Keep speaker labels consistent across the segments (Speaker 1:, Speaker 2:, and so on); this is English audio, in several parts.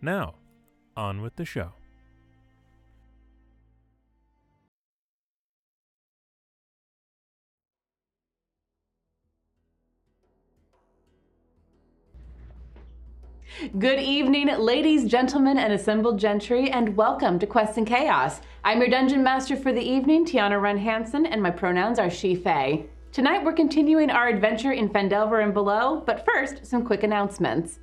Speaker 1: Now, on with the show.
Speaker 2: Good evening, ladies, gentlemen, and assembled gentry, and welcome to Quest and Chaos. I'm your dungeon master for the evening, Tiana Run Hansen, and my pronouns are she, fey. Tonight, we're continuing our adventure in Fandelver and below, but first, some quick announcements.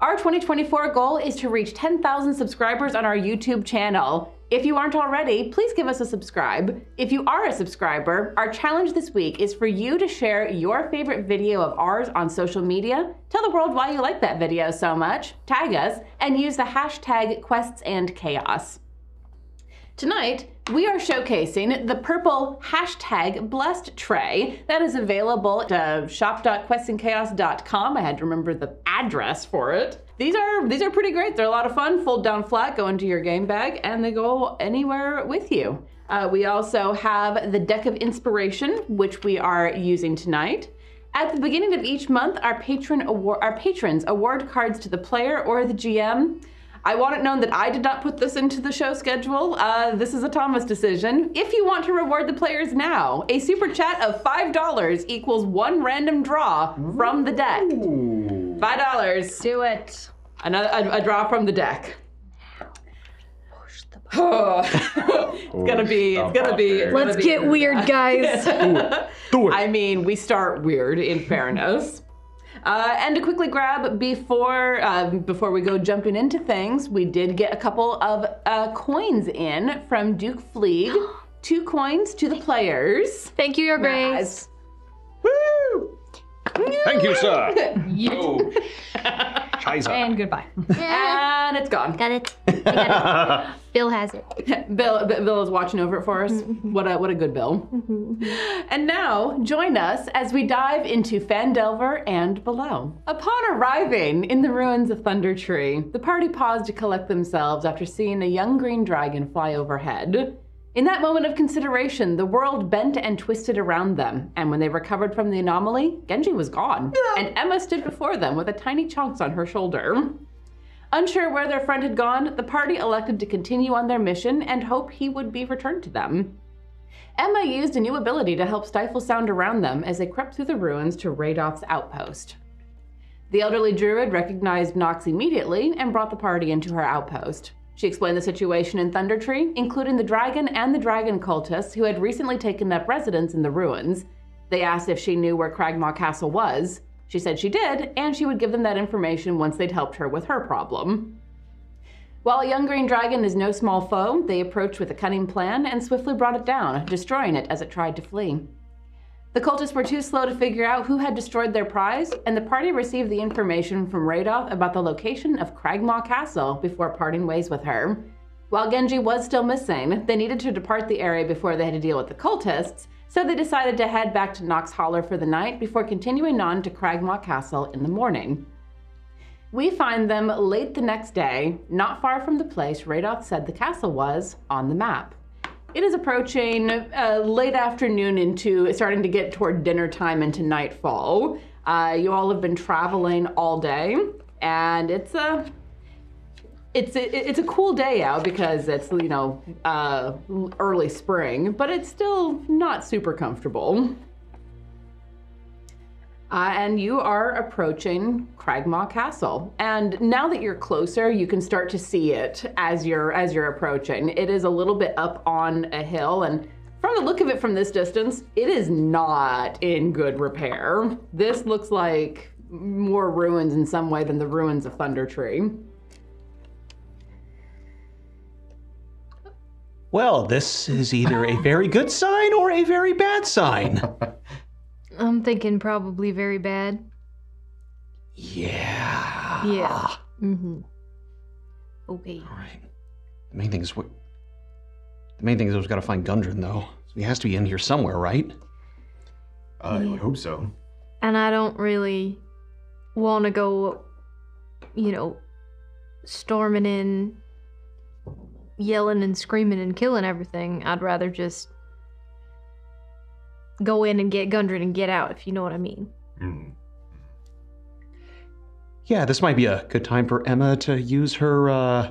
Speaker 2: Our 2024 goal is to reach 10,000 subscribers on our YouTube channel. If you aren't already, please give us a subscribe. If you are a subscriber, our challenge this week is for you to share your favorite video of ours on social media, tell the world why you like that video so much, tag us, and use the hashtag QuestsAndChaos. Tonight, we are showcasing the purple hashtag blessed tray that is available at uh, shop.questandchaos.com. I had to remember the address for it. These are these are pretty great. They're a lot of fun. Fold down flat, go into your game bag, and they go anywhere with you. Uh, we also have the deck of inspiration, which we are using tonight. At the beginning of each month, our patron award, our patrons award cards to the player or the GM. I want it known that I did not put this into the show schedule. Uh, this is a Thomas decision. If you want to reward the players now, a super chat of $5 equals one random draw from the deck. $5.
Speaker 3: Do it.
Speaker 2: Another a, a draw from the deck.
Speaker 3: Push the button.
Speaker 2: Oh. it's gonna be. It's gonna be. it's gonna
Speaker 3: Let's
Speaker 2: be
Speaker 3: get weird, guys.
Speaker 1: Do
Speaker 2: I mean, we start weird in fairness. Uh, and to quickly grab before um, before we go jumping into things, we did get a couple of uh, coins in from Duke Fleeg. Two coins to the players.
Speaker 3: Thank you, Your Grace.
Speaker 2: Woo!
Speaker 4: Thank you, sir.
Speaker 3: Yeah.
Speaker 4: Oh. Scheiße.
Speaker 3: And goodbye.
Speaker 2: And it's gone.
Speaker 5: Got it. I got it. Bill has it.
Speaker 2: Bill, B- Bill is watching over it for us. What a what a good Bill. and now join us as we dive into Fandelver and below. Upon arriving in the ruins of Thunder Tree, the party paused to collect themselves after seeing a young green dragon fly overhead. In that moment of consideration, the world bent and twisted around them, and when they recovered from the anomaly, Genji was gone, and Emma stood before them with a tiny chunks on her shoulder. Unsure where their friend had gone, the party elected to continue on their mission and hope he would be returned to them. Emma used a new ability to help stifle sound around them as they crept through the ruins to Radoff's outpost. The elderly druid recognized Nox immediately and brought the party into her outpost. She explained the situation in Thundertree, including the dragon and the dragon cultists who had recently taken up residence in the ruins. They asked if she knew where Cragmaw Castle was. She said she did, and she would give them that information once they'd helped her with her problem. While a young green dragon is no small foe, they approached with a cunning plan and swiftly brought it down, destroying it as it tried to flee. The cultists were too slow to figure out who had destroyed their prize, and the party received the information from Radoff about the location of Cragmaw Castle before parting ways with her. While Genji was still missing, they needed to depart the area before they had to deal with the cultists, so they decided to head back to Knox Holler for the night before continuing on to Cragmaw Castle in the morning. We find them late the next day, not far from the place Radoff said the castle was on the map. It is approaching uh, late afternoon into starting to get toward dinner time into nightfall. Uh, you all have been traveling all day, and it's a it's a, it's a cool day out because it's you know uh, early spring, but it's still not super comfortable. Uh, and you are approaching Cragmaw Castle. And now that you're closer, you can start to see it as you're as you're approaching. It is a little bit up on a hill, and from the look of it from this distance, it is not in good repair. This looks like more ruins in some way than the ruins of Thunder Tree.
Speaker 6: Well, this is either a very good sign or a very bad sign.
Speaker 3: I'm thinking probably very bad.
Speaker 6: Yeah.
Speaker 3: Yeah. Mm-hmm.
Speaker 5: Okay.
Speaker 6: All right. The main thing is what. The main thing is we've got to find Gundren, though. So he has to be in here somewhere, right?
Speaker 7: Uh, I would hope so.
Speaker 3: And I don't really want to go, you know, storming in, yelling and screaming and killing everything. I'd rather just go in and get Gundren and get out, if you know what I mean.
Speaker 7: Mm.
Speaker 6: Yeah, this might be a good time for Emma to use her uh,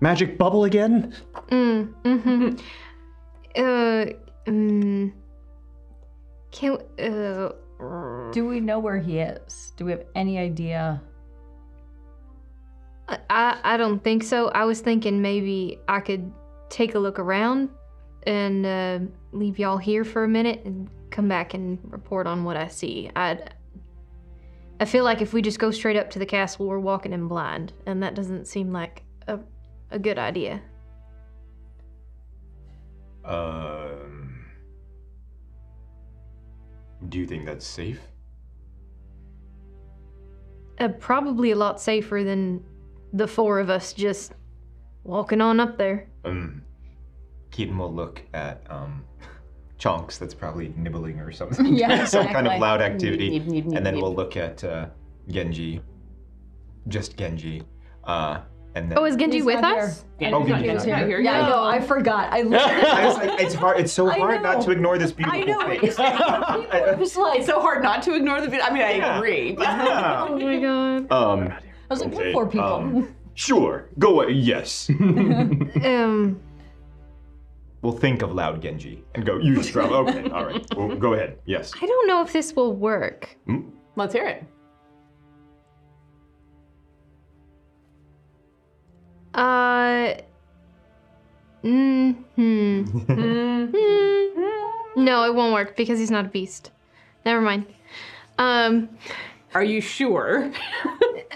Speaker 6: magic bubble again.
Speaker 3: Mm, mm-hmm. uh, mm, can, uh,
Speaker 8: Do we know where he is? Do we have any idea?
Speaker 3: I- I, I don't think so. I was thinking maybe I could take a look around and uh, leave y'all here for a minute and come back and report on what I see. I I feel like if we just go straight up to the castle, we're walking in blind, and that doesn't seem like a a good idea.
Speaker 7: Um, do you think that's safe?
Speaker 3: Uh, probably a lot safer than the four of us just walking on up there.
Speaker 7: Um, Keaton will look at um, Chonks that's probably nibbling or something.
Speaker 8: Yeah,
Speaker 7: Some kind of
Speaker 8: exactly.
Speaker 7: loud activity.
Speaker 2: Nib, nib, nib,
Speaker 7: and then
Speaker 2: nib.
Speaker 7: we'll look at uh, Genji. Just Genji. Uh, and then
Speaker 3: Oh, is Genji
Speaker 8: He's
Speaker 3: with
Speaker 8: not
Speaker 3: us? Oh.
Speaker 2: Yeah,
Speaker 7: Oh,
Speaker 2: he's not-
Speaker 7: Genji.
Speaker 2: he's not here
Speaker 8: Yeah, I
Speaker 2: yet.
Speaker 8: know. I forgot. I literally.
Speaker 7: I was like, it's hard. It's so
Speaker 8: I
Speaker 7: hard not
Speaker 8: know.
Speaker 7: to ignore this beautiful
Speaker 8: I know. It
Speaker 7: face.
Speaker 8: was, it was like,
Speaker 2: It's so hard not to ignore the video. I mean, I
Speaker 7: Yeah.
Speaker 2: agree. but-
Speaker 7: Yeah.
Speaker 3: Oh my god.
Speaker 7: Um,
Speaker 8: I was like,
Speaker 7: okay,
Speaker 8: we're four people.
Speaker 7: um, sure. Go. a- Yes.
Speaker 3: Um.
Speaker 7: we'll think of loud Genji and go. You just drop. Okay. All right. Well, go ahead. Yes.
Speaker 3: I don't know if this will work.
Speaker 2: Let's hear it.
Speaker 3: Uh. Mm, hmm. Hmm. No, it won't work because he's not a beast. Never mind. Um.
Speaker 2: Are you sure?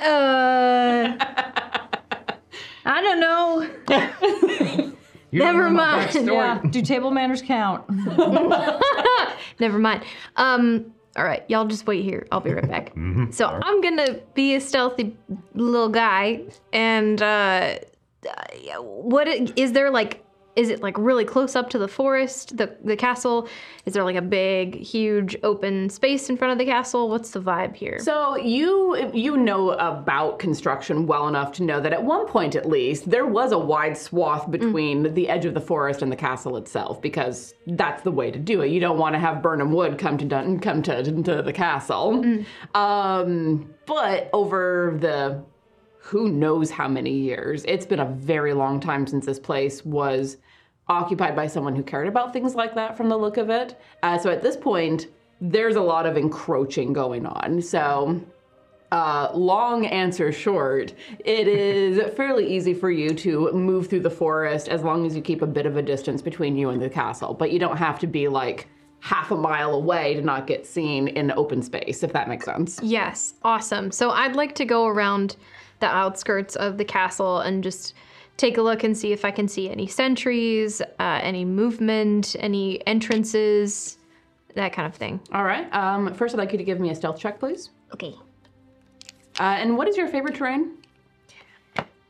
Speaker 3: Uh. I don't know. Never mind.
Speaker 8: yeah. Do table manners count?
Speaker 3: Never mind. Um. All right, y'all just wait here. I'll be right back. So I'm gonna be a stealthy little guy, and uh, uh, what i- is there like? Is it like really close up to the forest, the the castle? Is there like a big, huge open space in front of the castle? What's the vibe here?
Speaker 2: So you you know about construction well enough to know that at one point at least there was a wide swath between the edge of the forest and the castle itself because that's the way to do it. You don't want to have Burnham Wood come to Dun- come to, to the castle. Um, but over the who knows how many years. It's been a very long time since this place was occupied by someone who cared about things like that from the look of it. Uh, so at this point, there's a lot of encroaching going on. So, uh, long answer short, it is fairly easy for you to move through the forest as long as you keep a bit of a distance between you and the castle. But you don't have to be like half a mile away to not get seen in open space, if that makes sense.
Speaker 3: Yes, awesome. So I'd like to go around the outskirts of the castle and just take a look and see if I can see any sentries, uh, any movement, any entrances, that kind of thing.
Speaker 2: All right. Um, first, I'd like you to give me a stealth check, please.
Speaker 5: Okay.
Speaker 2: Uh, and what is your favorite terrain?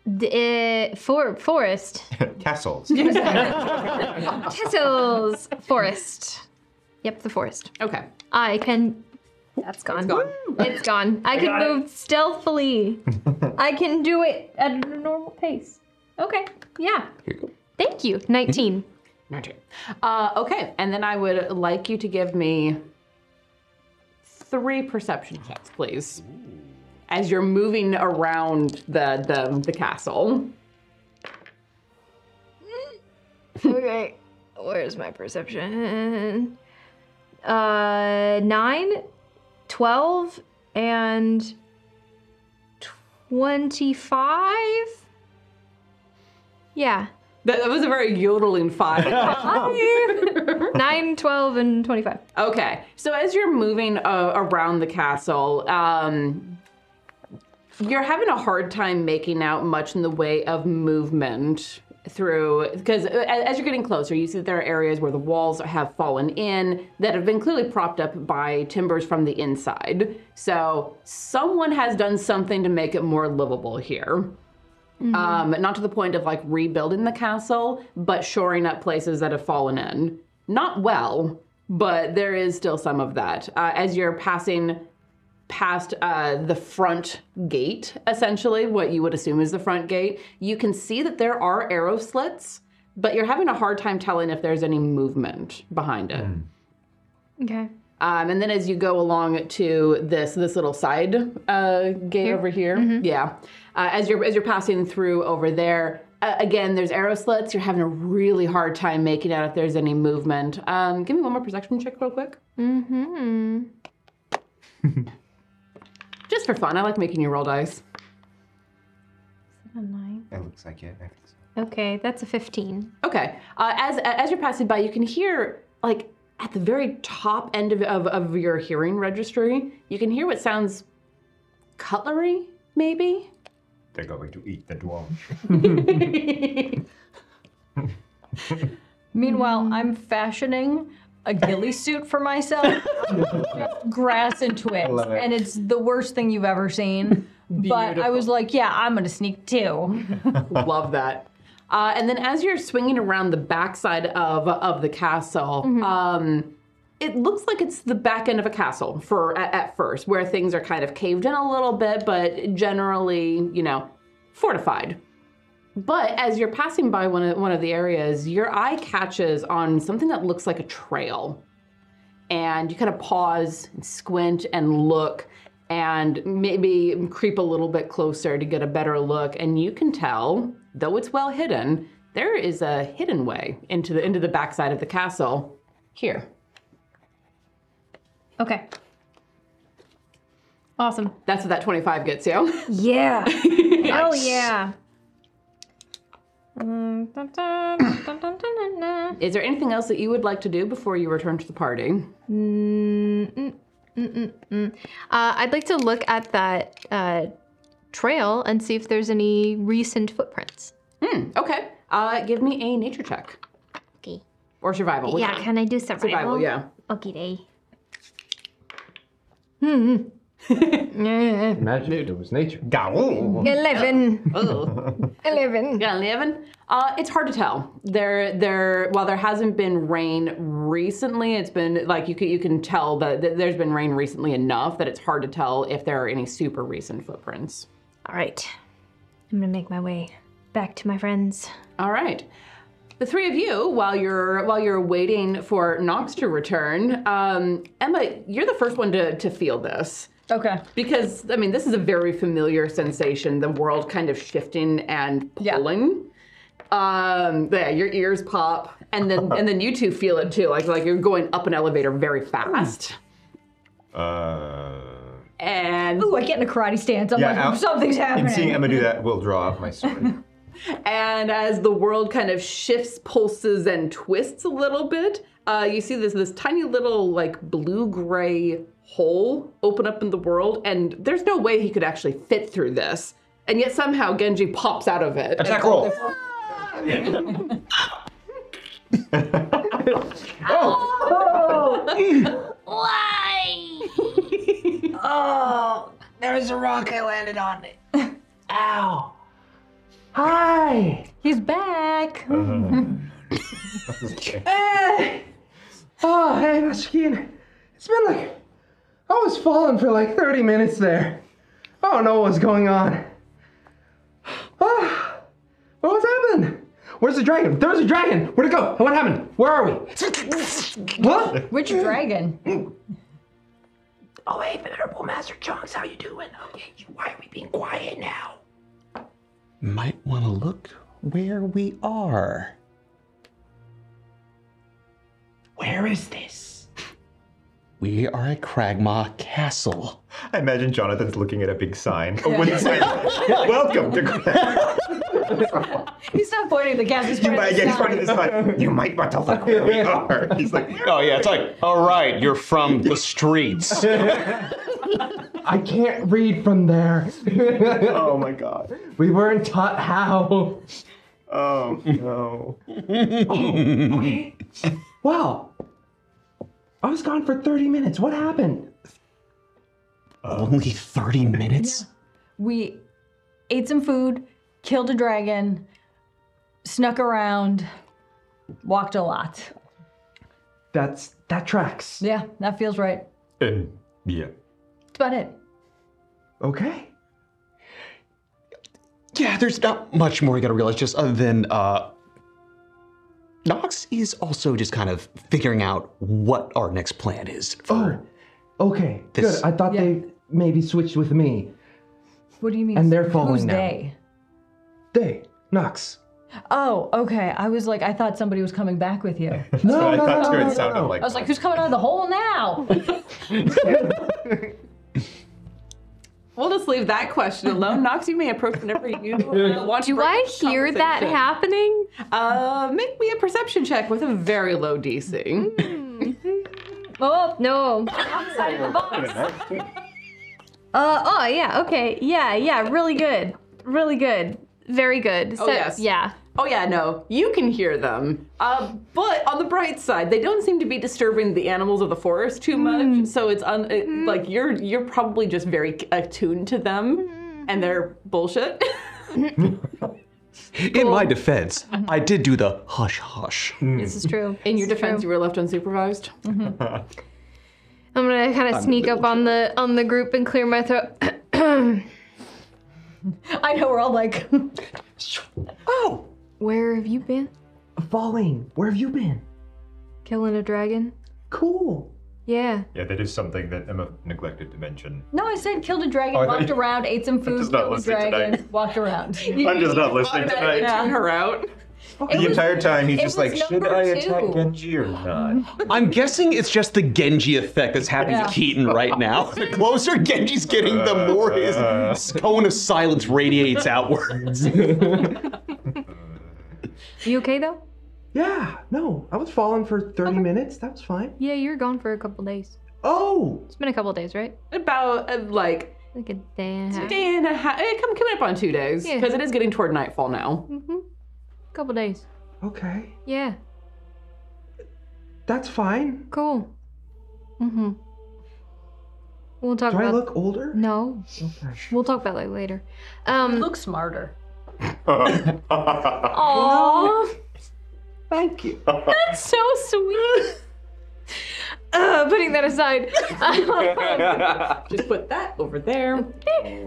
Speaker 3: The, uh, for forest,
Speaker 7: Castles.
Speaker 3: castles, forest. Yep, the forest.
Speaker 2: Okay.
Speaker 3: I can. That's gone. It's gone. I, can move stealthily. I can do it at a normal pace. Okay. Yeah. Thank you. 19.
Speaker 2: Magic. Uh, okay, and then I would like you to give me three perception checks, please, as you're moving around the the, the castle.
Speaker 3: Okay. Where's my perception? Uh, 9, 12, and 25? Yeah.
Speaker 2: That, that was a very yodeling five.
Speaker 3: 9, 12, and 25.
Speaker 2: okay, so as you're moving uh, around the castle, um, you're having a hard time making out much in the way of movement through because as you're getting closer you see that there are areas where the walls have fallen in that have been clearly propped up by timbers from the inside so someone has done something to make it more livable here Um, not to the point of like rebuilding the castle, but shoring up places that have fallen in. Not well, but there is still some of that. Uh, as you're passing past uh, the front gate, essentially, what you would assume is the front gate, you can see that there are arrow slits, but you're having a hard time telling if there's any movement behind it.
Speaker 3: Okay.
Speaker 2: Um, and then as you go along to this this little side uh, gate over here, yeah, uh, as you're as you're passing through over there, uh, again there's arrow slits. You're having a really hard time making out if there's any movement. Um, give me one more perception check, real quick.
Speaker 3: Mm-hmm.
Speaker 2: Just for fun, I like making you roll dice.
Speaker 7: It looks like it. I think so.
Speaker 3: Okay, that's a 15.
Speaker 2: Okay. Uh, as as you're passing by, you can hear like at the very top end of, of, of your hearing registry, you can hear what sounds cutlery, maybe.
Speaker 7: They're going to eat the dwarf.
Speaker 8: Meanwhile, I'm fashioning a ghillie suit for myself, Just grass and twigs,
Speaker 7: love it.
Speaker 8: and it's the worst thing you've ever seen. But I was like, yeah, I'm gonna sneak too.
Speaker 2: Love that. Uh, and then as you're swinging around the backside of of the castle, um, it looks like it's the back end of a castle for at, at first, where things are kind of caved in a little bit, but generally, you know, fortified. But as you're passing by one of, one of the areas, your eye catches on something that looks like a trail. And you kind of pause, and squint, and look, and maybe creep a little bit closer to get a better look. And you can tell, though it's well hidden, there is a hidden way into the into the backside of the castle. Here,
Speaker 3: Okay. Awesome.
Speaker 2: that's what that 25 gets you.
Speaker 3: Yeah. Oh yeah. Mm, dun, dun, dun, dun, dun, dun, dun.
Speaker 2: is there anything else that you would like to do before you return to the party?
Speaker 3: Uh, I'd like to look at that uh, trail and see if there's any recent footprints.
Speaker 2: Hmm, okay. Uh, give me a nature check
Speaker 5: Okay.
Speaker 2: or survival.
Speaker 5: Yeah, can I do survival?
Speaker 2: Oh, survival. Yeah.
Speaker 5: Okay, day.
Speaker 3: Hmm.
Speaker 9: Imagine if it was nature.
Speaker 7: Gaul!
Speaker 3: Eleven.
Speaker 2: Oh.
Speaker 3: Eleven.
Speaker 2: Yeah, eleven. Uh, it's hard to tell. There, there. While there hasn't been rain recently, it's been like you can you can tell that, that there's been rain recently enough that it's hard to tell if there are any super recent footprints.
Speaker 5: All right. I'm gonna make my way back to my friends.
Speaker 2: All right. The three of you, while you're while you're waiting for Nox to return, um, Emma, you're the first one to to feel this.
Speaker 8: Okay.
Speaker 2: Because I mean, this is a very familiar sensation, the world kind of shifting and
Speaker 8: Yeah.
Speaker 2: pulling. Um, yeah, your ears pop, and then and then you two feel it too, like like you're going up an elevator very fast.
Speaker 7: Uh,
Speaker 2: And
Speaker 8: Ooh, I get in a karate stance. I'm
Speaker 7: Yeah,
Speaker 8: like,
Speaker 7: Al-
Speaker 8: something's happening.
Speaker 7: and seeing Emma do that will draw up my sword.
Speaker 2: and as the world kind of shifts, pulses, and twists a little bit, uh, you see this this tiny little like blue gray hole open up in the world, and there's no way he could actually fit through this, and yet somehow Genji pops out of it.
Speaker 7: Attack roll!
Speaker 5: Why?
Speaker 8: He's back.
Speaker 7: Okay.
Speaker 9: Hey! Oh, hey, Mashkin. It's been like. I was falling for like 30 minutes there. I don't know what was going on. Ah, what was happening? Where's the dragon? There was a dragon! Where'd it go? What happened? Where are we? What?
Speaker 8: Which dragon?
Speaker 9: Oh, hey, Venerable Master Chunks, how you doing? Okay, why are we being quiet now?
Speaker 6: Might want to look where we are.
Speaker 9: Where is this?
Speaker 6: We are at Kragma Castle.
Speaker 7: I imagine Jonathan's looking at a big sign. A wooden sign. Welcome to Grand.
Speaker 8: He's not pointing at the gas. He's
Speaker 7: You
Speaker 8: pointing at
Speaker 7: might get in front
Speaker 8: the
Speaker 7: of this sign. You might want to look where we are. He's like,
Speaker 6: Oh, yeah, it's like, all right, you're from the streets.
Speaker 9: I can't read from there.
Speaker 7: oh my god.
Speaker 9: we weren't taught how.
Speaker 7: Oh no.
Speaker 9: Wow. I was gone for 30 minutes. What happened?
Speaker 6: Only 30 minutes?
Speaker 8: we ate some food killed a dragon, snuck around, walked a lot.
Speaker 9: That's that tracks.
Speaker 8: Yeah, that feels right.
Speaker 7: And yeah.
Speaker 8: That's about it.
Speaker 9: Okay.
Speaker 6: Yeah, there's not much more you gotta realize, just other than uh, Knox is also just kind of figuring out what our next plan is. For,
Speaker 9: Oh, Okay.
Speaker 6: This-
Speaker 9: Good. I thought
Speaker 8: Yeah.
Speaker 9: they maybe switched with me.
Speaker 8: What do you mean?
Speaker 9: And they're following
Speaker 8: Who's
Speaker 9: now.
Speaker 8: they?
Speaker 9: They. Knox.
Speaker 8: Oh, okay. I was like, I thought somebody was coming back with you. I
Speaker 9: No,
Speaker 7: I
Speaker 9: no,
Speaker 7: thought
Speaker 9: no,
Speaker 7: too,
Speaker 9: no,
Speaker 7: it
Speaker 9: no,
Speaker 7: sounded
Speaker 9: no.
Speaker 7: like.
Speaker 8: was like, who's coming out of the hole now?
Speaker 2: We'll just leave that question alone. Knox, you may approach whenever you uh, want to.
Speaker 3: Do I hear that happening?
Speaker 2: Uh, make me a perception check with a very low
Speaker 3: Mm.
Speaker 2: DC.
Speaker 3: Oh no. Uh oh yeah okay yeah yeah really good really good very good so
Speaker 2: yes.
Speaker 3: yeah
Speaker 2: oh yeah, no, you can hear them. Uh, but on the bright side, they don't seem to be disturbing the animals of the forest too much.
Speaker 3: Mm.
Speaker 2: So it's un- it- like you're you're probably just very attuned to them
Speaker 3: Mm.
Speaker 2: and their bullshit.
Speaker 6: In my defense, I did do the hush hush.
Speaker 9: Hmm.
Speaker 3: this is true Mm.
Speaker 2: In your defense, you were left unsupervised.
Speaker 3: I'm gonna kind of sneak up on the on the group and clear my throat
Speaker 8: I know we're all like,
Speaker 9: Oh,
Speaker 3: where have you been
Speaker 9: Falling. Where have you been?
Speaker 3: killing a dragon
Speaker 9: Cool.
Speaker 3: yeah
Speaker 7: Yeah, that is something that Emma neglected to mention.
Speaker 8: no, I said killed a dragon,
Speaker 7: Oh, I thought
Speaker 8: walked
Speaker 7: you-
Speaker 8: around, ate some food,
Speaker 7: just not
Speaker 8: killed a
Speaker 7: listening
Speaker 8: dragon,
Speaker 7: tonight.
Speaker 8: walked around.
Speaker 7: I'm just not listening
Speaker 2: Automatically
Speaker 7: tonight.
Speaker 2: Turn her out.
Speaker 7: The entire time he's
Speaker 8: it
Speaker 7: just
Speaker 8: was
Speaker 7: like, should
Speaker 8: number
Speaker 7: I
Speaker 8: two."
Speaker 7: attack Genji or not?
Speaker 6: I'm guessing it's just the Genji effect that's happening
Speaker 8: Yeah.
Speaker 6: to Keaton right now. The closer Genji's getting, the more his cone of silence radiates outwards.
Speaker 3: you okay though
Speaker 9: Yeah. No, I was falling for 30 minutes. That was fine.
Speaker 3: yeah you're gone for a couple days
Speaker 9: Oh,
Speaker 3: it's been a couple days right
Speaker 2: About uh, like
Speaker 3: like a day and a half
Speaker 2: day and a half. eh, Come coming up on two days
Speaker 3: Yeah.
Speaker 2: because it is getting toward nightfall now.
Speaker 3: mm-hmm. couple days
Speaker 9: okay.
Speaker 3: yeah
Speaker 9: That's fine.
Speaker 3: cool mm-hmm we'll talk
Speaker 9: Do I
Speaker 3: about
Speaker 9: look older?
Speaker 3: no
Speaker 9: Okay.
Speaker 3: we'll talk about that later um
Speaker 8: Look smarter.
Speaker 3: Aww.
Speaker 9: Thank you.
Speaker 3: That's so sweet. Uh, putting that aside, Um,
Speaker 2: Just put that over there.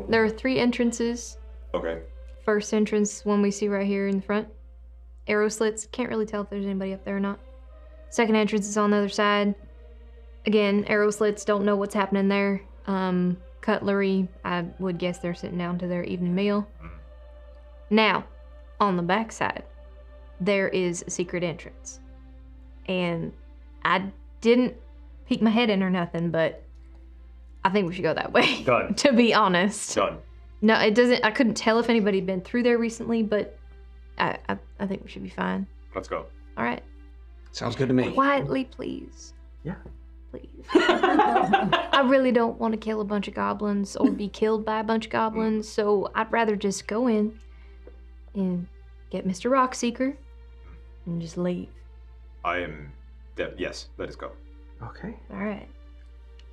Speaker 3: there are three entrances.
Speaker 7: okay.
Speaker 3: First entrance, one we see right here in the front, arrow slits. Can't really tell if there's anybody up there or not. Second entrance is on the other side. Again, arrow slits. Don't know what's happening there. Um, cutlery. I would guess they're sitting down to their evening meal. Now, on the back side, there is a secret entrance, and I didn't peek my head in or nothing, but I think we should go that way.
Speaker 7: Done.
Speaker 3: to be honest.
Speaker 7: Done.
Speaker 3: No, it doesn't. I couldn't tell if anybody had been through there recently, but I, I, I think we should be fine.
Speaker 7: Let's go.
Speaker 3: All right.
Speaker 6: Sounds good to me.
Speaker 3: Quietly, please.
Speaker 9: Yeah.
Speaker 3: Please. I really don't want to kill a bunch of goblins or be killed by a bunch of goblins, so I'd rather just go in and get Mr. Rockseeker and just leave.
Speaker 7: I am. de- yes, let us go.
Speaker 9: Okay.
Speaker 3: All right.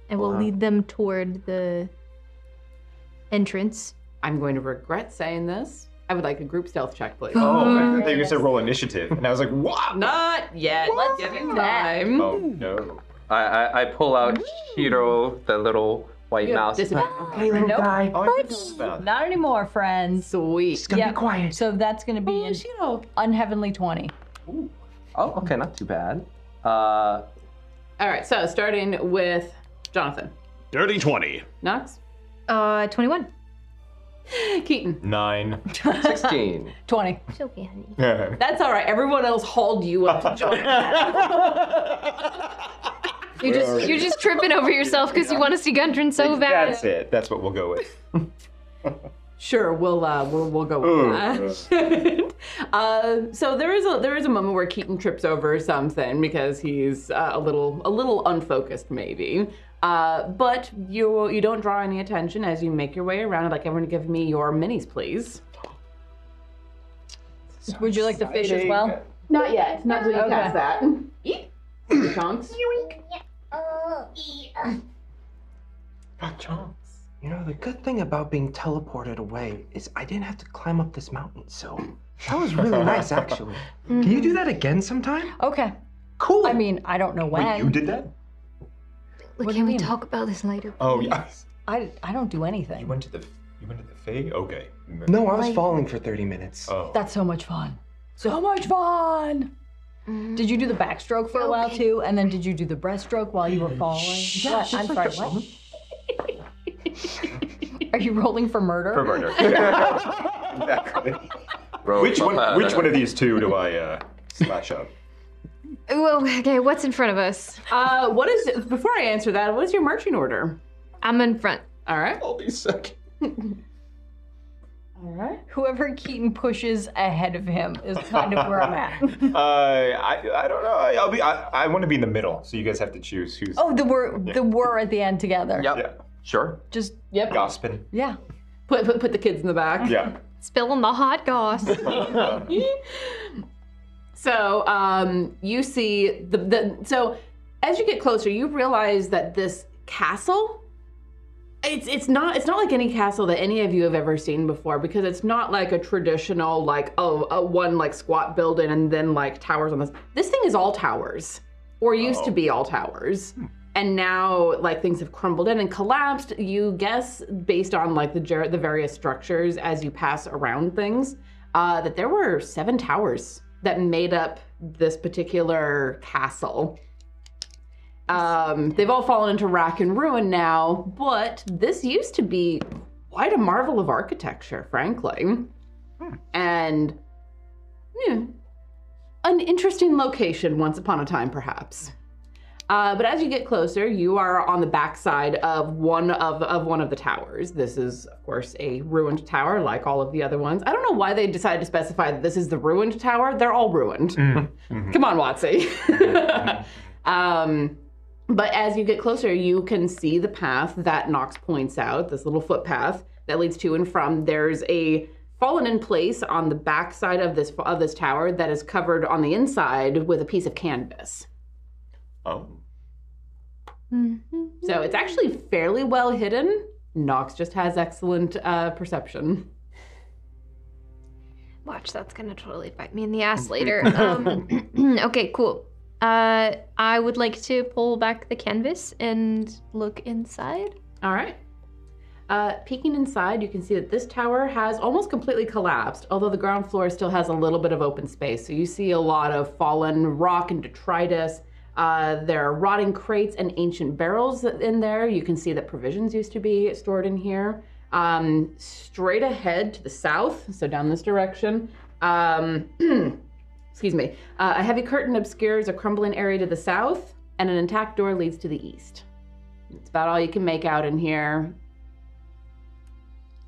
Speaker 3: And we'll
Speaker 9: Wow.
Speaker 3: lead them toward the entrance.
Speaker 2: I'm going to regret saying this. I would like a group stealth check, please.
Speaker 7: Oh, I thought you said roll initiative, and I was like, what?
Speaker 2: Not yet. Let's give it time.
Speaker 7: Oh no.
Speaker 10: I, I, I pull out Hiro, the little white
Speaker 2: You have
Speaker 10: mouse.
Speaker 2: disadvantage.
Speaker 9: Okay, little guy.
Speaker 7: Oh, I forgot about that.
Speaker 8: Not anymore, friends.
Speaker 2: Sweet.
Speaker 9: Gotta
Speaker 8: Yeah.
Speaker 9: be quiet.
Speaker 8: So that's going to be an unheavenly 20.
Speaker 10: Oh, okay, not too bad. Uh,
Speaker 2: All right, so starting with Jonathan.
Speaker 6: Dirty 20.
Speaker 2: Knox?
Speaker 3: Uh, 21.
Speaker 2: Keaton.
Speaker 7: Nine.
Speaker 10: 16.
Speaker 8: 20.
Speaker 3: It's okay, honey.
Speaker 2: That's all right. Everyone else hauled you up to join.
Speaker 3: You just you're just tripping over yourself because you want to see Gundren so bad.
Speaker 7: That's it. That's what we'll go with.
Speaker 2: sure, we'll uh we'll, we'll go with that. uh, so there is a there is a moment where Keaton trips over something because he's uh, a little a little unfocused maybe. Uh, but you you don't draw any attention as you make your way around. I'd like everyone to give me your minis, please.
Speaker 8: Would you like the fish as well?
Speaker 2: Not yet. Not doing
Speaker 8: cast
Speaker 2: that. Eek. Chunks.
Speaker 7: Chunks.
Speaker 9: You know, the good thing about being teleported away is I didn't have to climb up this mountain, so that was really nice, actually. Can you do that again sometime?
Speaker 8: Okay.
Speaker 9: Cool.
Speaker 8: Mm-hmm. I mean, I don't know when.
Speaker 7: did that?
Speaker 3: Can
Speaker 8: what do
Speaker 3: we
Speaker 8: you mean?
Speaker 3: talk about this later?
Speaker 7: Oh yeah.
Speaker 8: I, I don't do anything.
Speaker 7: You went to the you went to the Fae? Okay.
Speaker 9: No, I was falling for 30 minutes.
Speaker 7: Oh.
Speaker 8: That's so much fun. So much fun. Did you do the backstroke for a while too? And then did you do the breaststroke while you were falling? What? I'm sorry, what? Are you rolling for murder?
Speaker 7: Mm-hmm. For murder. exactly. Which one which one of these two do I uh, slash up?
Speaker 3: Well, okay, what's in front of us?
Speaker 2: Uh, what is before I answer that? What is your marching order?
Speaker 3: I'm in front.
Speaker 2: All right.
Speaker 10: Oh,
Speaker 7: I'll be second.
Speaker 2: All right.
Speaker 8: Whoever Keaton pushes ahead of him is kind of where I'm at.
Speaker 7: Uh, I I don't know. I, I'll be I, I want to be in the middle, so you guys have to choose who's
Speaker 8: Oh, the were the were at the end together.
Speaker 10: Yep.
Speaker 7: yeah.
Speaker 10: Sure.
Speaker 8: Just
Speaker 2: Yep.
Speaker 7: Gospin.
Speaker 8: yeah.
Speaker 2: Put, put put the kids in the back.
Speaker 7: Yeah.
Speaker 3: Spilling the hot goss.
Speaker 2: So um, you see the, the so as you get closer, you realize that this castle. It's it's not it's not like any castle that any of you have ever seen before because it's not like a traditional like oh a one like squat building and then like towers on this. This thing is all towers or used to be all towers. And now, like things have crumbled in and collapsed. You guess based on like the ger- the various structures as you pass around things uh, that there were seven towers that made up this particular castle. Um, they've all fallen into rack and ruin now, but this used to be quite a marvel of architecture, frankly, and yeah, an interesting location once upon a time, perhaps. Uh, but as you get closer, you are on the backside of one of of one of the towers. This is, of course, a ruined tower, like all of the other ones. I don't know why they decided to specify that this is the ruined tower. They're all ruined. Come on, Watsy. um, but as you get closer, you can see the path that Knox points out. This little footpath that leads to and from. There's a fallen in place on the backside of this of this tower that is covered on the inside with a piece of canvas.
Speaker 7: Oh.
Speaker 8: Hmm.
Speaker 2: So it's actually fairly well hidden. Knox just has excellent uh, perception.
Speaker 3: Watch, that's gonna totally bite me in the ass later. Um, okay, cool. Uh, I would like to pull back the canvas and look inside.
Speaker 2: All right. Uh, peeking inside, you can see that this tower has almost completely collapsed, although the ground floor still has a little bit of open space. So you see a lot of fallen rock and detritus. Uh, there are rotting crates and ancient barrels in there. You can see that provisions used to be stored in here. Um, straight ahead to the south, so down this direction, um, excuse me, uh, a heavy curtain obscures a crumbling area to the south, and an intact door leads to the east. It's about all you can make out in here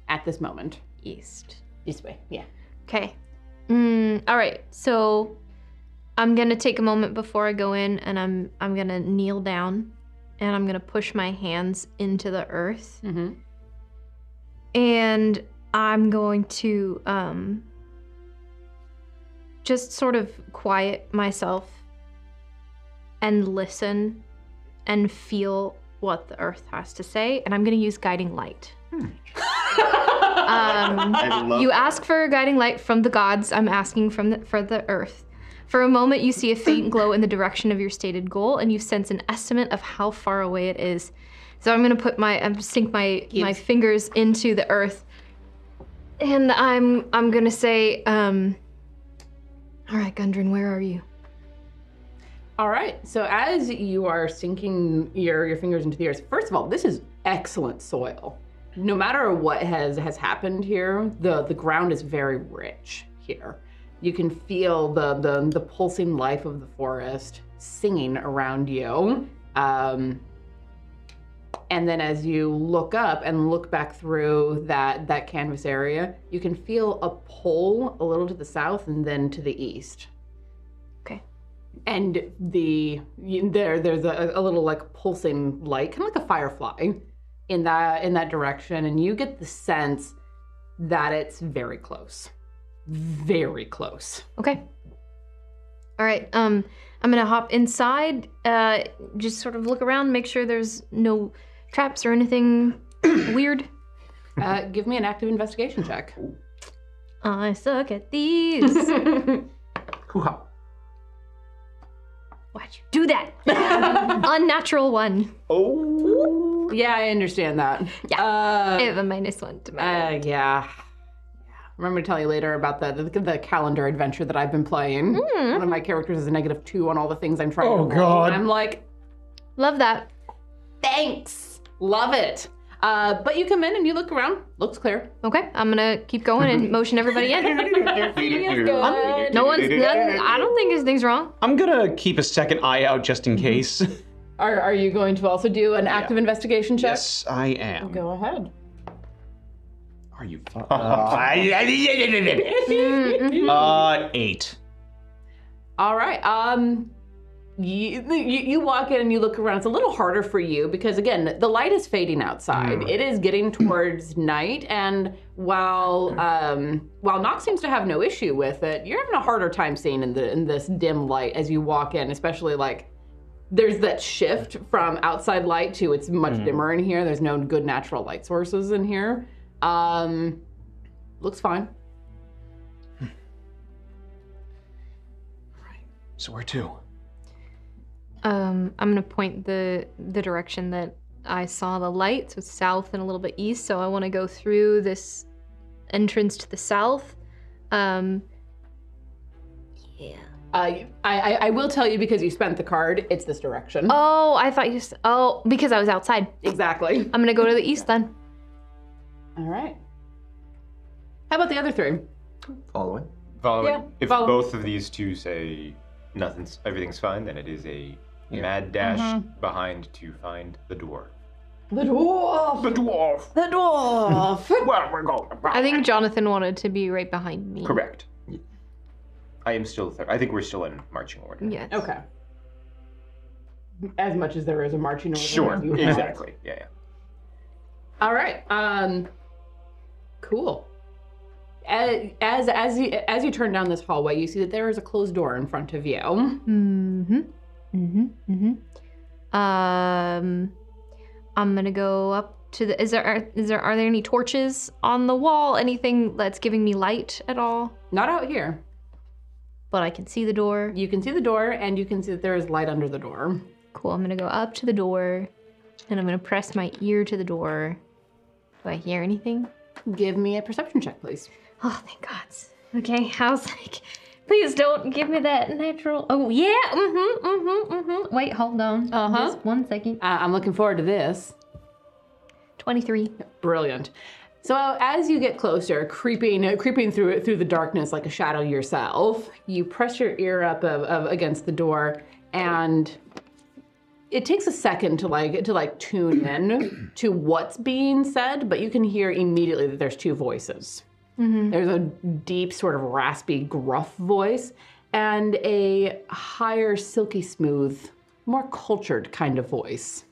Speaker 2: at this moment.
Speaker 3: East.
Speaker 2: This way, yeah.
Speaker 3: Okay. Mm, all right. So I'm gonna take a moment before I go in, and I'm I'm gonna kneel down, and I'm gonna push my hands into the earth,
Speaker 2: Mm-hmm.
Speaker 3: and I'm going to um, just sort of quiet myself and listen and feel what the earth has to say, and I'm gonna use guiding light. um,
Speaker 7: I love
Speaker 3: you ask for a guiding light from the gods. I'm asking from the, for the earth. For a moment, you see a faint glow in the direction of your stated goal, and you sense an estimate of how far away it is. So I'm going to put my um, sink my my fingers into the earth, and I'm I'm going to say, um, "All right, Gundren, where are you?"
Speaker 2: All right. So as you are sinking your your fingers into the earth, first of all, this is excellent soil. No matter what has has happened here, the the ground is very rich here. You can feel the the, the pulsing life of the forest singing around you. Um, and then as you look up and look back through that that canvas area, you can feel a pull a little to the south and then to the east and the you- there there's a, a little like pulsing light kind of like a firefly in that in that direction and you get the sense that it's very close very close
Speaker 3: Okay. All right. Um, I'm gonna hop inside. Uh, just sort of look around, make sure there's no traps or anything Weird.
Speaker 2: Uh, give me an active investigation check.
Speaker 3: I suck at these.
Speaker 2: Hoo-ha.
Speaker 3: Why'd you do that? Unnatural one.
Speaker 2: Oh. Yeah, I understand that.
Speaker 3: Yeah.
Speaker 2: Uh,
Speaker 3: I have a minus one to my.
Speaker 2: Uh, yeah. yeah. Remember to tell you later about the, the the calendar adventure that I've been playing. One of my characters is a negative two on all the things I'm trying to
Speaker 3: Oh,
Speaker 2: roll.
Speaker 3: God.
Speaker 2: I'm like,
Speaker 3: love that.
Speaker 2: Thanks. Love it. Uh, but you come in and you look around. Looks clear.
Speaker 3: Okay, I'm gonna keep going and motion everybody in.
Speaker 6: good.
Speaker 3: no one's. None, I don't think his thing's wrong.
Speaker 6: I'm gonna keep a second eye out just in case.
Speaker 2: Are, are you going to also do an active investigation check?
Speaker 6: Yes, I am.
Speaker 2: Go ahead.
Speaker 6: Are you? fu- Uh, eight.
Speaker 2: All right. Um, you, you you walk in and you look around. It's a little harder for you because again, the light is fading outside. It is getting towards night, and while um, while Nox seems to have no issue with it, you're having a harder time seeing in the in this dim light as you walk in, especially like. There's that shift from outside light to it's much
Speaker 6: Mhm.
Speaker 2: dimmer in here. There's no good natural light sources in here. Um, looks fine.
Speaker 6: So where to?
Speaker 3: Um, I'm gonna point the the direction that I saw the light, so it's south and a little bit east. So I want to go through this entrance to the south. Um,
Speaker 2: Uh, I, I, I will tell you because you spent the card, it's this direction.
Speaker 3: oh, I thought you. s- Oh, because I was outside.
Speaker 2: Exactly.
Speaker 3: I'm gonna go to the east then.
Speaker 2: All right. How about the other three?
Speaker 10: Following.
Speaker 7: Following.
Speaker 2: Yeah,
Speaker 7: if
Speaker 2: follow.
Speaker 7: both of these two say nothing's everything's fine, then it is a mad dash
Speaker 2: Mhm.
Speaker 7: behind to find the door.
Speaker 2: The dwarf.
Speaker 7: The dwarf.
Speaker 2: The dwarf.
Speaker 7: Where we're going.
Speaker 3: I think Jonathan wanted to be right behind me.
Speaker 7: Correct. I am still there. I think we're still in marching order.
Speaker 3: Yes.
Speaker 2: Okay. As much as there is a marching order.
Speaker 7: Sure.
Speaker 2: as you have.
Speaker 7: Exactly. Yeah, yeah.
Speaker 2: All right. Um, cool. As as as you, as you turn down this hallway, you see that there is a closed door in front of you.
Speaker 3: Mm-hmm. Mm-hmm. Mm-hmm. Um, I'm gonna go up to the. Is there are, is there are there any torches on the wall? Anything that's giving me light at all?
Speaker 2: Not out here.
Speaker 3: But I can see the door.
Speaker 2: You can see the door, and you can see that there is light under the door.
Speaker 3: Cool. I'm gonna go up to the door, and I'm gonna press my ear to the door. Do I hear anything?
Speaker 2: Give me a perception check, please.
Speaker 3: Oh, thank God. Okay. How's like? Please don't give me that natural. Oh yeah. Mm-hmm. Mm-hmm. Mm-hmm. Wait. Hold on. Uh huh. Just one second.
Speaker 2: Uh, I'm looking forward to this.
Speaker 3: 23.
Speaker 2: Brilliant. So as you get closer, creeping creeping through it through the darkness like a shadow yourself, you press your ear up of, of against the door, and it takes a second to like to like tune in to what's being said, but you can hear immediately that there's two voices.
Speaker 3: Mm-hmm.
Speaker 2: There's a deep, sort of raspy, gruff voice, and a higher, silky smooth, more cultured kind of voice.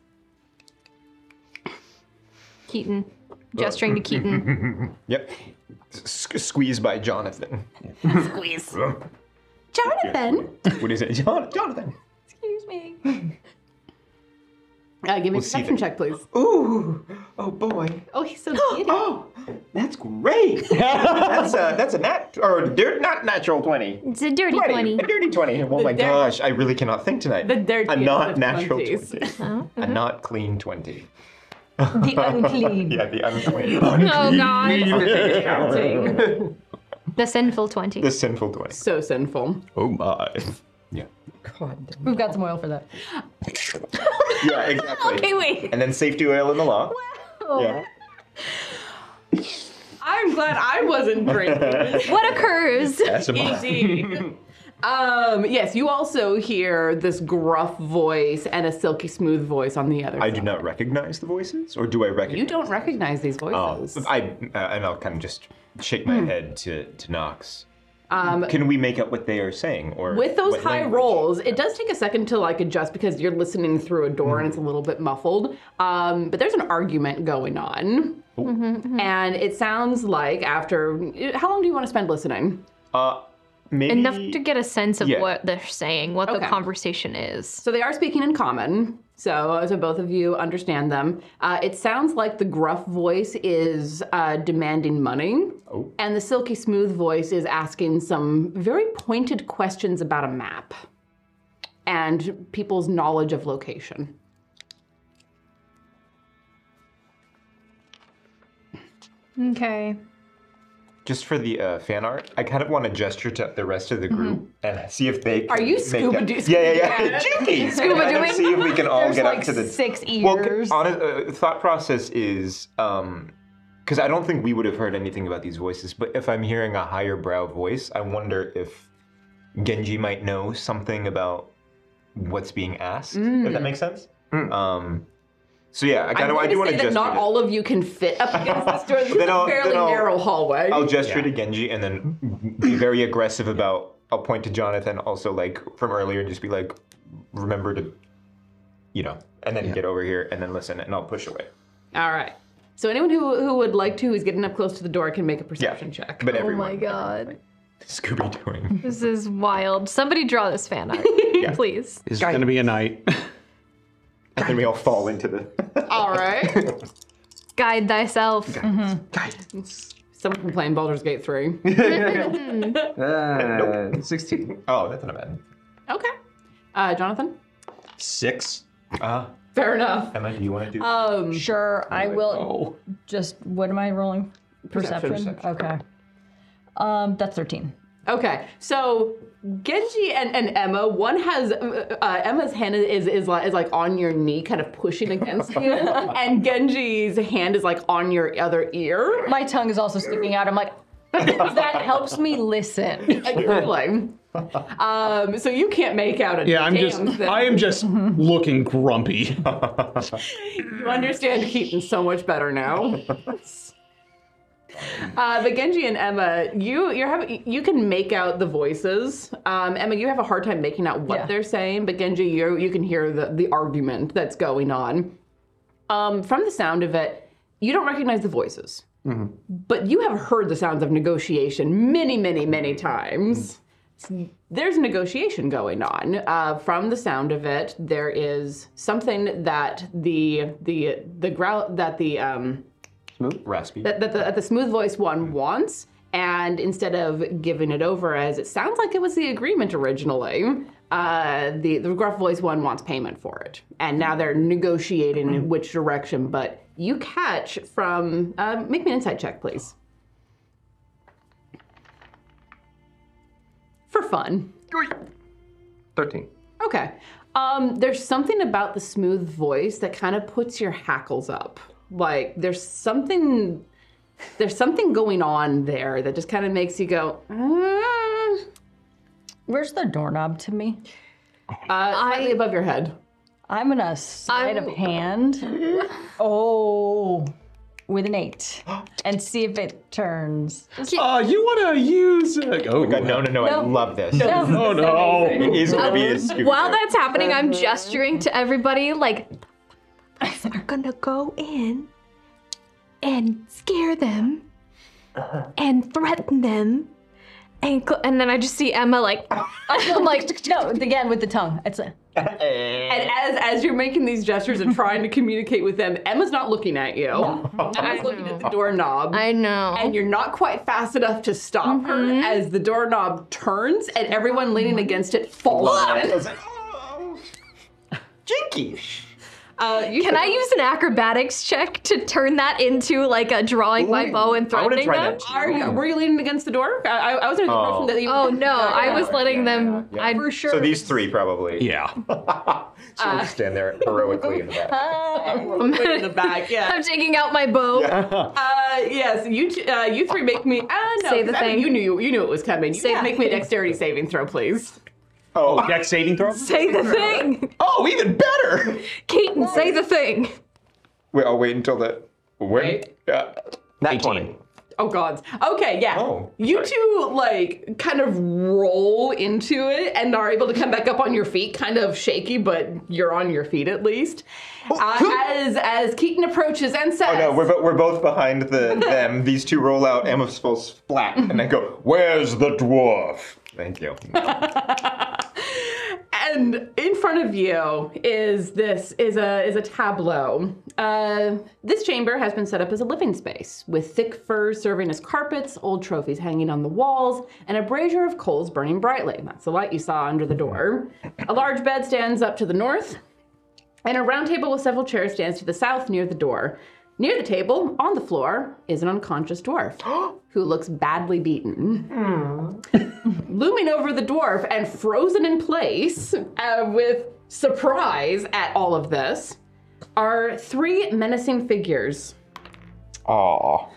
Speaker 3: Keaton. Gesturing to Keaton.
Speaker 7: yep. S- squeezed by Jonathan.
Speaker 2: Squeeze.
Speaker 7: Jonathan? What is it? Jon- Jonathan.
Speaker 3: Excuse me.
Speaker 2: Uh, give me
Speaker 7: We'll
Speaker 2: a perception
Speaker 7: see then.
Speaker 2: check, please.
Speaker 7: Ooh. Oh boy.
Speaker 2: Oh, he's so giddy.
Speaker 7: oh, that's great. that's a that's a nat or dirt not natural twenty.
Speaker 3: It's a dirty
Speaker 7: 20.
Speaker 3: 20.
Speaker 7: A dirty twenty. Oh my
Speaker 2: dirt-
Speaker 7: gosh, I really cannot think tonight.
Speaker 2: The dirtiest
Speaker 7: a not
Speaker 2: of
Speaker 7: natural
Speaker 2: 20s.
Speaker 7: 20.
Speaker 3: Oh,
Speaker 7: A not clean twenty.
Speaker 8: The unclean.
Speaker 7: yeah, the unclean.
Speaker 3: Oh, God.
Speaker 7: Unclean.
Speaker 3: The sinful 20.
Speaker 7: the sinful twenty.
Speaker 2: So sinful.
Speaker 7: Oh my. Yeah.
Speaker 8: We've got some oil for that.
Speaker 7: Yeah, exactly.
Speaker 3: Okay, wait.
Speaker 7: And then safety oil in the law. Yeah.
Speaker 2: I'm glad I wasn't drinking.
Speaker 3: What occurs?
Speaker 7: That's a
Speaker 2: Indeed. Um, yes, you also hear this gruff voice and a silky smooth voice on the other
Speaker 7: I
Speaker 2: side.
Speaker 7: do not recognize the voices, or do I recognize?
Speaker 2: You don't recognize these
Speaker 7: Oh,
Speaker 2: voices.
Speaker 7: I uh, and I'll kind of just shake my head to to Knox.
Speaker 2: Hmm. um,
Speaker 7: Can we make out what they are saying, or
Speaker 2: with those
Speaker 7: what
Speaker 2: high
Speaker 7: language?
Speaker 2: rolls, it does take a second to like adjust because you're listening through a door and it's a little bit muffled. Um, but there's an argument going on,
Speaker 8: Mm-hmm,
Speaker 2: and it sounds like after how long do you want to spend listening?
Speaker 7: Uh, maybe
Speaker 3: Enough to get a sense of
Speaker 7: Yeah.
Speaker 3: what they're saying, what
Speaker 2: Okay.
Speaker 3: the conversation is.
Speaker 2: So they are speaking in common. So, so both of you understand them. Uh, it sounds like the gruff voice is uh, demanding money,
Speaker 7: Oh.
Speaker 2: and the silky smooth voice is asking some very pointed questions about a map and people's knowledge of location.
Speaker 5: Okay.
Speaker 7: Just for the uh, fan art, I kind of want to gesture to the rest of the group and see if they. Can
Speaker 2: Mm-hmm. Are you
Speaker 7: make
Speaker 2: scuba
Speaker 7: out-
Speaker 2: do-
Speaker 7: Yeah, yeah,
Speaker 2: yeah.
Speaker 7: yeah. Jinkies.
Speaker 2: Scuba
Speaker 7: Kind of
Speaker 2: doing?
Speaker 7: See if we can all
Speaker 2: There's
Speaker 7: get
Speaker 2: like
Speaker 7: up to the
Speaker 2: six ears.
Speaker 7: Well, honest, uh, thought process is um, because I don't think we would have heard anything about these voices. But if I'm hearing a higher brow voice, I wonder if Genji might know something about what's being asked. If that
Speaker 2: Mm.
Speaker 7: makes sense. Um, so yeah, I kind of I
Speaker 2: I'm
Speaker 7: do
Speaker 2: going
Speaker 7: want
Speaker 2: to say
Speaker 7: to
Speaker 2: that
Speaker 7: gesture.
Speaker 2: not
Speaker 7: to-
Speaker 2: all of you can fit up against this door. This is
Speaker 7: Then
Speaker 2: a
Speaker 7: I'll-
Speaker 2: fairly
Speaker 7: then I'll-
Speaker 2: narrow hallway.
Speaker 7: I'll gesture to Genji and then be very aggressive about. I'll point to Jonathan also like from earlier and just be like, remember to, you know, and then get over here and then listen and I'll push away.
Speaker 2: All right. So anyone who, who would like to, who's getting up close to the door, can make a perception check.
Speaker 7: but
Speaker 3: Oh my god.
Speaker 7: Scooby doing.
Speaker 3: This is wild. Somebody draw this fan art, please.
Speaker 6: It's going to be a night.
Speaker 7: And then we all fall into the.
Speaker 2: All right.
Speaker 3: Guide thyself.
Speaker 2: Someone can play in Baldur's Gate 3.
Speaker 7: Uh, 16. Oh, that's not bad.
Speaker 2: Okay. Uh, Jonathan?
Speaker 7: Six. Uh,
Speaker 2: Fair enough.
Speaker 7: Emma, do you want to do.
Speaker 2: Um,
Speaker 8: sure, I will.
Speaker 7: Oh.
Speaker 8: Just what am I rolling?
Speaker 2: Perception.
Speaker 8: Perception. Okay. Um, that's thirteen.
Speaker 2: Okay, so Genji and, and Emma, one has uh, uh, Emma's hand is, is like is like on your knee, kind of pushing against you, and Genji's hand is like on your other ear.
Speaker 8: My tongue is also sticking out. I'm like, that helps me listen.
Speaker 2: Like, you're like, um, so you can't make out a
Speaker 6: Yeah, I'm
Speaker 2: damn
Speaker 6: just.
Speaker 2: thing.
Speaker 6: I am just looking grumpy. Uh,
Speaker 2: You understand Keaton so much better now. Uh, but Genji and Emma, you you're having you can make out the voices. Um, Emma, you have a hard time making out what
Speaker 8: Yeah.
Speaker 2: they're saying, but Genji, you you can hear the the argument that's going on. Um, from the sound of it, you don't recognize the voices, but you have heard the sounds of negotiation many, many, many times there's negotiation going on. Uh, from the sound of it, there is something that the the the growl that the um,
Speaker 7: Smooth. Raspy.
Speaker 2: that, that the, that the smooth voice one wants, and instead of giving it over as it sounds like it was the agreement originally, uh, the the gruff voice one wants payment for it, and now they're negotiating in which direction. But you catch from uh, make me an insight check, please, for fun.
Speaker 10: 13.
Speaker 2: Okay. Um, there's something about the smooth voice that kind of puts your hackles up. Like there's something there's something going on there that just kind of makes you go, "Mm."
Speaker 8: Where's the doorknob to me?
Speaker 2: uh, slightly above your head.
Speaker 8: I'm gonna sleight of
Speaker 3: I'm-
Speaker 8: hand. oh, with an eight, and see if it turns.
Speaker 6: Oh, you want to use? Uh, oh
Speaker 7: God, no, no, no, I love this.
Speaker 6: Oh no!
Speaker 7: It is going to be a Scooby
Speaker 3: While that's happening, I'm
Speaker 7: Uh-huh.
Speaker 3: gesturing to everybody like, "Guys, we're gonna go in and scare them
Speaker 7: Uh-huh.
Speaker 3: and threaten them. And, cl- and then I just see Emma like, I'm like,
Speaker 8: No, again with the tongue. It's a,
Speaker 2: And as as you're making these gestures and trying to communicate with them, Emma's not looking at you. Emma's looking at the doorknob.
Speaker 3: I know.
Speaker 2: and you're not quite fast enough to stop her
Speaker 3: Mm-hmm.
Speaker 2: as the doorknob turns and everyone leaning against it falls on it.
Speaker 7: Jinkies.
Speaker 2: Uh, you
Speaker 3: Can I use an acrobatics check to turn that into like a drawing my
Speaker 7: Ooh,
Speaker 3: bow and
Speaker 7: I wanna
Speaker 3: threatening
Speaker 7: try
Speaker 3: them?
Speaker 7: that
Speaker 2: Are you, were you leaning against the door? I, I, I was under the
Speaker 7: Oh.
Speaker 2: impression that you.
Speaker 3: Oh no, I was
Speaker 2: Yeah.
Speaker 3: letting them.
Speaker 7: yeah.
Speaker 3: I
Speaker 8: for sure.
Speaker 7: So these three probably.
Speaker 6: Yeah.
Speaker 7: So we'll just stand there heroically in the back.
Speaker 3: Oh.
Speaker 2: Way in the back. Yeah.
Speaker 3: I'm taking out my bow.
Speaker 2: Uh, yes. You t- uh, you three make me. Uh, no,
Speaker 3: Say the
Speaker 2: 'cause I mean,
Speaker 3: thing.
Speaker 2: you knew you knew it was coming. You
Speaker 3: Say the
Speaker 2: make me a dexterity saving throw, please.
Speaker 6: Oh, deck saving throw.
Speaker 3: Say the thing,
Speaker 7: Oh, even better!
Speaker 3: Keaton. Say the thing.
Speaker 7: Wait, I'll wait until the. Wait. Yeah. Not 20.
Speaker 2: Oh God. Okay. Yeah.
Speaker 7: Oh,
Speaker 2: you
Speaker 7: sorry.
Speaker 2: two like kind of roll into it and are able to come back up on your feet, kind of shaky, but you're on your feet at least. Uh, as as Keaton approaches and says,
Speaker 7: Oh no, we're, bo- we're both behind the them. These two roll out, Emma falls flat, and I go, "Where's the dwarf?" Thank you.
Speaker 2: And in front of you is this is a is a tableau. Uh, this chamber has been set up as a living space with thick furs serving as carpets, old trophies hanging on the walls, and a brazier of coals burning brightly. That's the light you saw under the door. A large bed stands up to the north, and a round table with several chairs stands to the south near the door. Near the table, on the floor, is an unconscious dwarf who looks badly beaten looming over the dwarf and frozen in place uh, with surprise at all of this are three menacing figures
Speaker 7: Aw.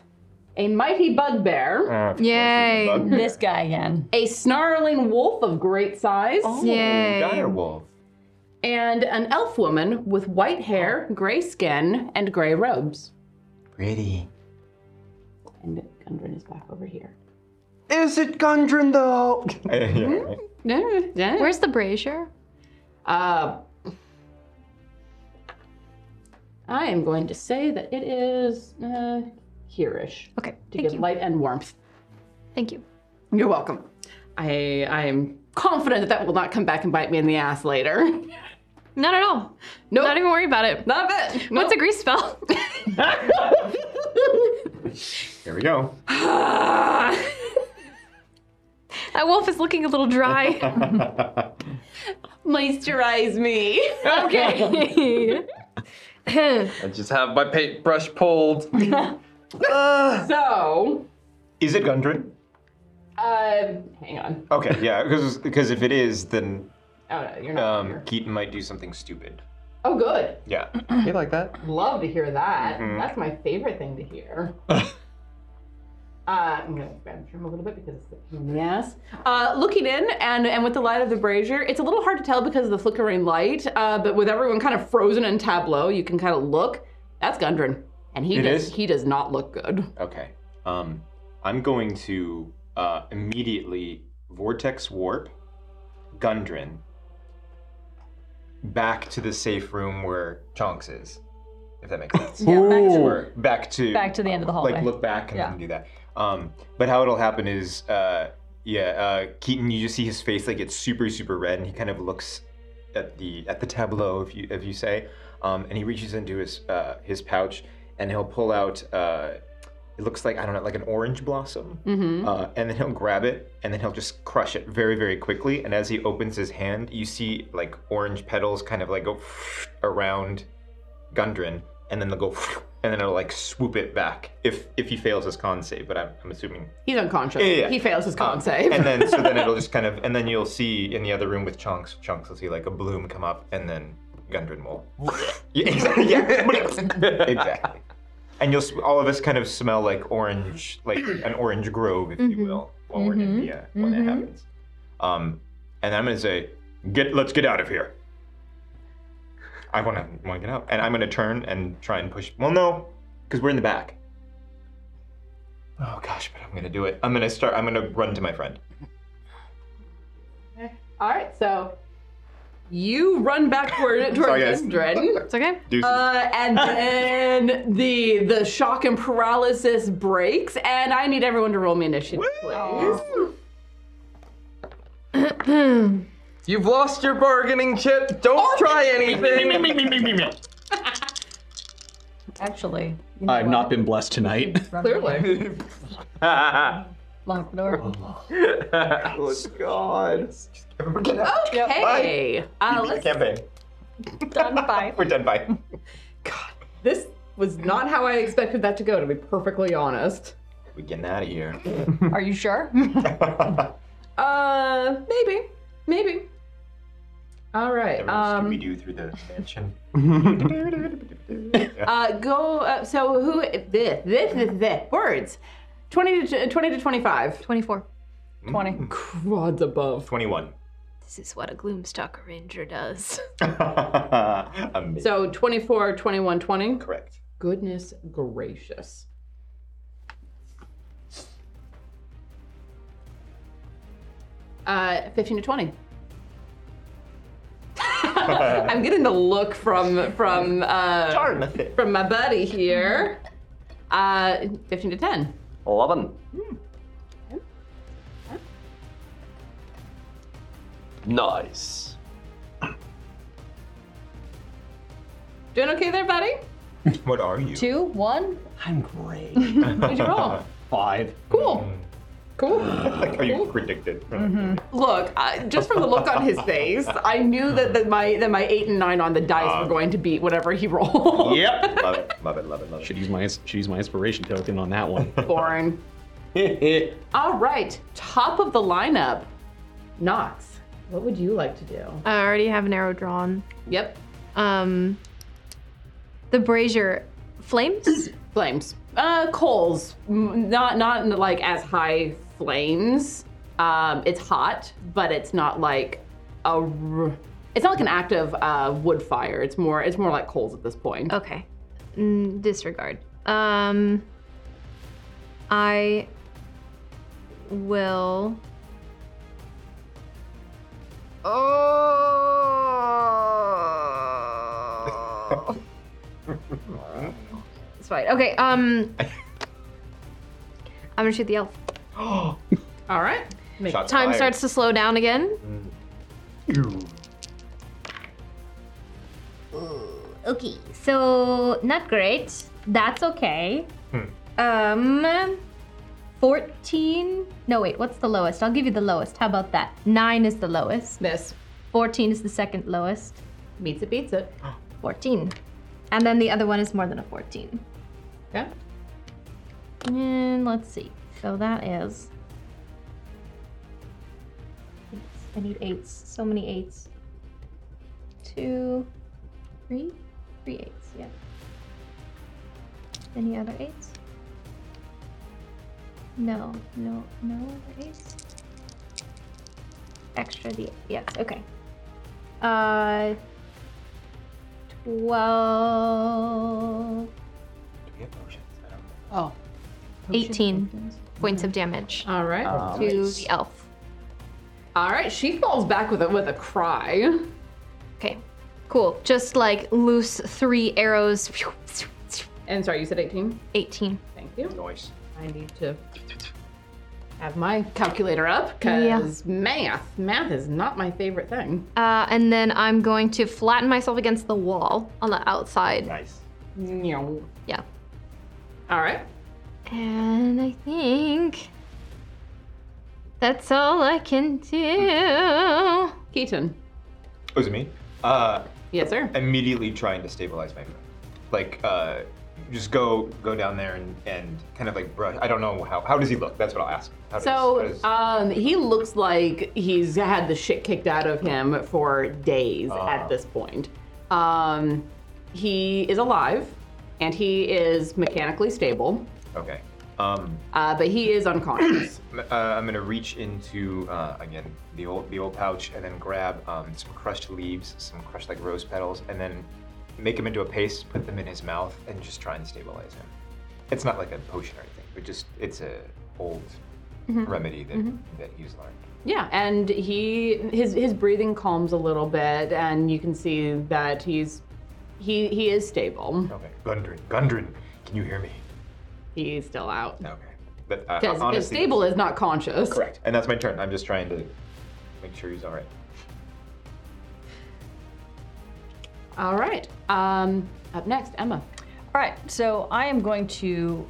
Speaker 2: a mighty bugbear,
Speaker 7: Uh,
Speaker 3: Yay.
Speaker 8: This guy again.
Speaker 2: a snarling wolf of great size,
Speaker 7: oh,
Speaker 3: Yay.
Speaker 7: direwolf.
Speaker 2: and an elf woman with white hair, gray skin, and gray robes.
Speaker 6: Pretty.
Speaker 2: And Gundren is back over here.
Speaker 7: Is it Gundren though? yeah, right.
Speaker 3: Where's the brazier?
Speaker 2: Uh, I am going to say that it is uh, hereish
Speaker 3: Okay,
Speaker 2: to
Speaker 3: thank
Speaker 2: give
Speaker 3: you.
Speaker 2: light and warmth.
Speaker 3: Thank you.
Speaker 2: You're welcome. I I am confident that that will not come back and bite me in the ass later.
Speaker 3: Not at all.
Speaker 2: Nope.
Speaker 3: Not even worry about it.
Speaker 2: Not a bit.
Speaker 3: What's a grease spell?
Speaker 7: There we go.
Speaker 3: that wolf is looking a little dry.
Speaker 2: Moisturize me.
Speaker 3: okay.
Speaker 10: I just have my paintbrush pulled.
Speaker 2: So,
Speaker 7: Is it Gundren?
Speaker 2: uh, hang on.
Speaker 7: Okay, yeah, because if it is, then
Speaker 2: Oh no, you're not.
Speaker 7: um, Keaton might do something stupid.
Speaker 2: Oh, good.
Speaker 7: Yeah.
Speaker 10: You like that?
Speaker 2: Love to hear that.
Speaker 7: mm-hmm.
Speaker 2: That's my favorite thing to hear. uh, I'm gonna grab the trim a little bit because it's the pain in the ass. Uh, looking in and and with the light of the brazier, it's a little hard to tell because of the flickering light. Uh, but with everyone kind of frozen in tableau, you can kind of look. That's Gundren, and he
Speaker 7: It
Speaker 2: does
Speaker 7: is?
Speaker 2: he does not look good.
Speaker 7: Okay. Um, I'm going to uh, immediately vortex warp Gundren back to the safe room where Chonks is, if that makes sense.
Speaker 8: Yeah, back to-
Speaker 7: Or back to
Speaker 8: Back to the end of the hallway.
Speaker 7: like look back and
Speaker 8: Yeah.
Speaker 7: then do that. Um, but how it'll happen is, uh, yeah, uh, Keaton, you just see his face like it's super super red, and he kind of looks at the at the tableau, if you if you say, um, and he reaches into his uh, his pouch and he'll pull out. Uh, it looks like I don't know, like an orange blossom,
Speaker 8: Mm-hmm.
Speaker 7: uh, and then he'll grab it and then he'll just crush it very very quickly. And as he opens his hand, you see like orange petals kind of like go around Gundren, and then they'll go, and then it'll like swoop it back if if he fails his con save. But I'm, I'm assuming.
Speaker 2: He's unconscious.
Speaker 7: Yeah, yeah, yeah.
Speaker 2: He fails his con
Speaker 7: Um,
Speaker 2: save.
Speaker 7: And then so then it'll just kind of, and then you'll see in the other room with chunks, chunks. You'll see like a bloom come up, and then Gundren will. yeah, exactly. yeah. exactly. And you'll s- all of us kind of smell like orange, like an orange grove, if you will, while we're in the uh, when that happens. Um, and I'm gonna say, get let's get out of here. I want to want to get out, and I'm gonna turn and try and push. Well, no, because we're in the back. Oh gosh, but I'm gonna do it. I'm gonna start. I'm gonna run to my friend.
Speaker 2: All right, so you run backward toward
Speaker 7: Sorry, guys.
Speaker 2: Gundren.
Speaker 3: It's okay.
Speaker 7: Deuces.
Speaker 2: Uh, and then the the shock and paralysis breaks, and I need everyone to roll me initiative, please.
Speaker 10: You've lost your bargaining chip. Don't try anything.
Speaker 8: Actually, you know
Speaker 6: I've
Speaker 8: what?
Speaker 6: not been blessed tonight.
Speaker 8: Run
Speaker 2: Clearly.
Speaker 8: Lock the door.
Speaker 10: oh God.
Speaker 7: Everyone get out.
Speaker 2: Okay. Uh,
Speaker 7: Beat the
Speaker 2: let's,
Speaker 7: campaign.
Speaker 8: Done. Bye.
Speaker 7: We're done. Bye.
Speaker 2: this was not how I expected that to go. To be perfectly honest.
Speaker 7: We're getting out of here.
Speaker 8: Are you sure?
Speaker 2: Uh, maybe, maybe. All right.
Speaker 7: Scooby
Speaker 2: Um.
Speaker 7: Doo through the mansion.
Speaker 2: Uh. Go. Uh, so who? This. This. This. This. Words. Twenty to twenty to twenty-five.
Speaker 3: 24.
Speaker 8: Twenty.
Speaker 2: Quads above.
Speaker 7: Twenty-one.
Speaker 3: This is what a Gloomstalker Ranger does.
Speaker 7: Amazing.
Speaker 2: So 24, 21, 20.
Speaker 7: Correct.
Speaker 2: Goodness gracious. Uh, 15 to 20. I'm getting the look from from uh,
Speaker 7: Darn.
Speaker 2: from my buddy here. Uh, 15 to 10.
Speaker 10: Eleven. Nice.
Speaker 2: there, buddy?
Speaker 7: What are you?
Speaker 8: Two, one.
Speaker 6: I'm great.
Speaker 2: What'd you roll?
Speaker 6: Five.
Speaker 2: Cool. Cool.
Speaker 7: like how you predicted.
Speaker 2: Mm-hmm. Look, I, just from the look on his face, I knew that, that my that my eight and nine on the dice were going to beat whatever he rolled.
Speaker 6: Yep.
Speaker 7: love it, love it, love it, love it.
Speaker 6: Should use my should use my inspiration token on that one.
Speaker 2: Boring. All right, top of the lineup, Knox. What would you like to do?
Speaker 3: I already have an arrow drawn.
Speaker 2: Yep.
Speaker 3: Um, the brazier flames.
Speaker 2: Flames. Uh, coals. M- Not not like as high flames. Um, it's hot, but it's not like a. r- It's not like an active uh, wood fire. It's more it's more like coals at this point.
Speaker 3: Okay. Mm, disregard. Um, I will. Oh. it's fine. Okay. Um, I'm gonna shoot the elf.
Speaker 2: All right.
Speaker 7: Shots
Speaker 3: Time
Speaker 7: fired.
Speaker 3: starts to slow down again.
Speaker 5: Okay, so not great. That's okay. Um, 14. No, wait, what's the lowest? I'll give you the lowest. How about that? Nine is the lowest.
Speaker 2: Miss
Speaker 5: 14 is the second lowest.
Speaker 2: meets it beats it.
Speaker 5: 14. And then the other one is more than a 14.
Speaker 2: Yeah.
Speaker 5: And let's see. So that is. I need eights. So many eights. Two, three, three eights. Yeah. Any other eights? No, no, no other eights. Extra the yes. Okay. Uh, twelve.
Speaker 2: Oh.
Speaker 3: 18 points of damage
Speaker 2: All right.
Speaker 3: to the elf.
Speaker 2: Uh, All right. She falls back with a with a cry.
Speaker 3: Okay. Cool. Just like loose three arrows.
Speaker 2: And sorry, you said 18.
Speaker 3: 18.
Speaker 2: Thank you.
Speaker 7: Noise.
Speaker 2: I need to have my calculator up because math, math is not my favorite thing.
Speaker 3: Uh, and then I'm going to flatten myself against the wall on the outside.
Speaker 7: Nice.
Speaker 2: No.
Speaker 3: Yeah.
Speaker 2: All right.
Speaker 3: And I think that's all I can
Speaker 11: Hmm.
Speaker 3: do.
Speaker 2: Keaton.
Speaker 7: Was Oh, it me? Uh,
Speaker 2: Yes, sir.
Speaker 7: immediately trying to stabilize my friend. Like, uh, just go go down there and, and kind of like brush. I don't know how. How does he look? That's what I'll ask. How does, how
Speaker 2: So
Speaker 7: does-
Speaker 2: um, he looks like he's had the shit kicked out of him for days
Speaker 7: Uh-huh.
Speaker 2: at this point. Um, he is alive and he is mechanically stable,
Speaker 7: okay. Um,
Speaker 2: uh, but he is unconscious.
Speaker 7: uh, I'm gonna reach into uh, again the old the old pouch and then grab um, some crushed leaves, some crushed like rose petals, and then make them into a paste, put them in his mouth, and just try and stabilize him. It's not like a potion or anything, but just it's a old
Speaker 8: Mm-hmm.
Speaker 7: remedy that that he's learned.
Speaker 2: Yeah, and he his his breathing calms a little bit, and you can see that he's he he is stable.
Speaker 7: Okay, Gundren, Gundren, can you hear me?
Speaker 2: He's still out
Speaker 7: Okay, but uh,
Speaker 2: because
Speaker 7: honestly,
Speaker 2: stable is not conscious.
Speaker 7: Correct. And that's my turn. I'm just trying to make sure he's all right.
Speaker 2: All right. Um, up next, Emma.
Speaker 8: All right, so I am going to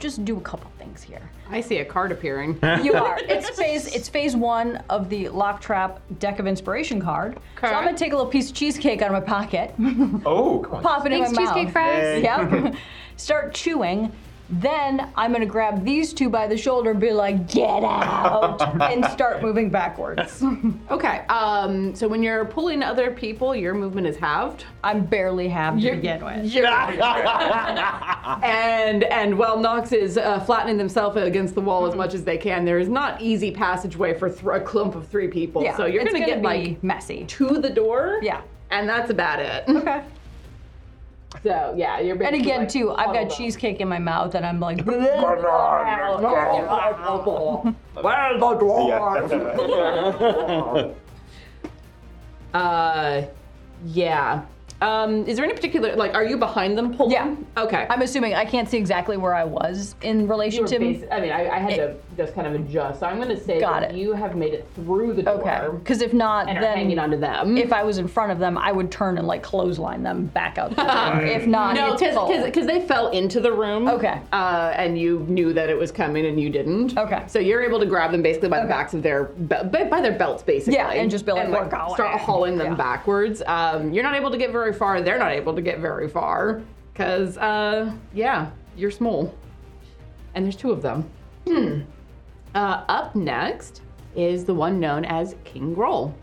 Speaker 8: just do a couple things here.
Speaker 2: I see a card appearing.
Speaker 8: You are. It's phase. It's phase one of the lock trap deck of inspiration card. So I'm gonna take a little piece of cheesecake out of my pocket,
Speaker 7: Oh, come on.
Speaker 8: pop it
Speaker 3: Thanks,
Speaker 8: in my
Speaker 3: cheesecake
Speaker 8: mouth.
Speaker 3: fries.
Speaker 8: Yep. Start chewing. Then I'm gonna grab these two by the shoulder and be like, "Get out!" and start moving backwards.
Speaker 2: okay. Um, so when you're pulling other people, your movement is halved,
Speaker 8: I'm barely halved to begin with.
Speaker 2: and and while Knox is uh, flattening themselves against the
Speaker 8: Mm-hmm.
Speaker 2: wall as much as they can, there is not easy passageway for th- a clump of three people. so you're
Speaker 8: it's
Speaker 2: gonna, get
Speaker 8: be
Speaker 2: like
Speaker 8: messy.
Speaker 2: to the door.
Speaker 8: Yeah.
Speaker 2: And that's about it.
Speaker 8: Okay.
Speaker 2: So yeah, you're
Speaker 8: And
Speaker 2: basically,
Speaker 8: again,
Speaker 2: like,
Speaker 8: too, I've got
Speaker 2: huddled up.
Speaker 8: cheesecake in my mouth, and I'm like,
Speaker 2: Uh, yeah. Um, is there any particular like? Are you behind them pulling? Yeah. Okay.
Speaker 8: I'm assuming I can't see exactly where I was in relation to.
Speaker 2: I mean, I, I had to just kind of adjust. So I'm going to say
Speaker 8: Got
Speaker 2: that you have made it through the door.
Speaker 8: Okay. Because if not,
Speaker 2: and are
Speaker 8: then
Speaker 2: hanging onto them.
Speaker 8: If I was in front of them, I would turn and like clothesline them back out. the door. if not,
Speaker 2: no,
Speaker 8: it's full.
Speaker 2: because they fell into the room. Okay. Uh, and you knew that it was coming, and you didn't. Okay. So you're able to grab them basically by the backs of their be- by by their belts, basically.
Speaker 8: Yeah, and just be like, "We're going."
Speaker 2: start hauling them backwards. Um, you're not able to get very far. They're not able to get very far because uh, yeah, you're small, and there's two of them. Hmm. Uh, up next is the one known as King Groll.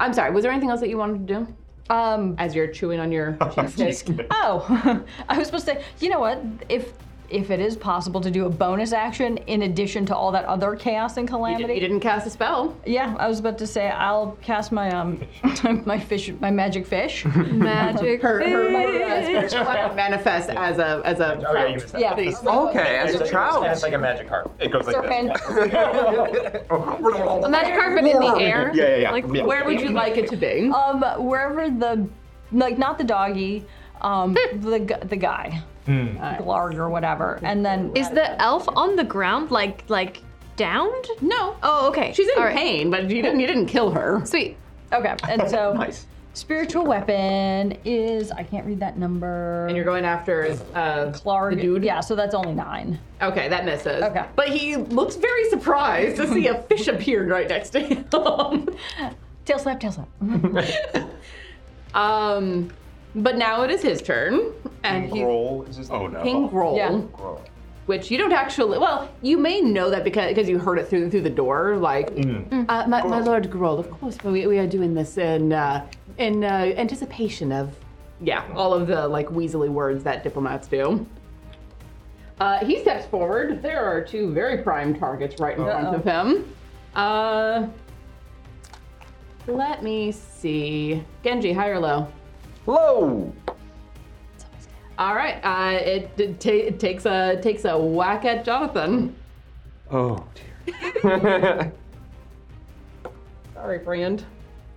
Speaker 2: I'm sorry. Was there anything else that you wanted to do?
Speaker 8: Um,
Speaker 2: as you're chewing on your cheesesteak.
Speaker 8: Oh, I was supposed to. You know what? If if it is possible to do a bonus action in addition to all that other chaos and calamity, you,
Speaker 2: didn't cast a spell.
Speaker 8: Yeah, I was about to say I'll cast my um my fish my magic fish
Speaker 3: magic
Speaker 2: her, her, manifest as a as a
Speaker 11: Oh, yeah, you missed that.
Speaker 8: Yeah.
Speaker 10: Okay, as a
Speaker 11: It's-
Speaker 10: trout.
Speaker 11: It's like a magic heart. It goes like
Speaker 2: Serpent.
Speaker 11: this.
Speaker 2: A magic carpet in the air.
Speaker 11: Yeah, yeah, yeah.
Speaker 2: Like,
Speaker 11: Yeah.
Speaker 2: where would you like it to be?
Speaker 8: Um, wherever the like not the doggy, um
Speaker 2: Hmm.
Speaker 8: the gu- the guy, Uh, Glarg or whatever, and then
Speaker 3: Is the elf on the ground, like like downed?
Speaker 2: No.
Speaker 3: Oh, okay.
Speaker 2: She's in
Speaker 3: All right.
Speaker 2: pain, but you didn't you didn't kill her.
Speaker 3: Sweet.
Speaker 8: Okay, and so
Speaker 2: Nice.
Speaker 8: spiritual weapon is I can't read that number. And
Speaker 2: you're going after uh
Speaker 8: Clark dude. Yeah, so that's only nine.
Speaker 2: Okay, that misses.
Speaker 8: Okay.
Speaker 2: But he looks very surprised to see a fish appeared right next to him.
Speaker 8: tail slap, tail slap.
Speaker 2: um, but now it is his turn, and he
Speaker 7: Roll is his name. Oh no.
Speaker 2: King Groll. Yeah. which you don't actually. Well, you may know that because because you heard it through through the door. Like, uh, my, my lord Groll, of course, we, we are doing this in uh, in uh, anticipation of yeah, all of the like weaselly words that diplomats do. Uh, he steps forward. There are two very prime targets right in front of him. Uh, let me see. Genji, high or low?
Speaker 7: Low.
Speaker 2: All right. Uh, it it, ta- it takes a takes a whack at Jonathan.
Speaker 6: Oh.
Speaker 2: Sorry, friend.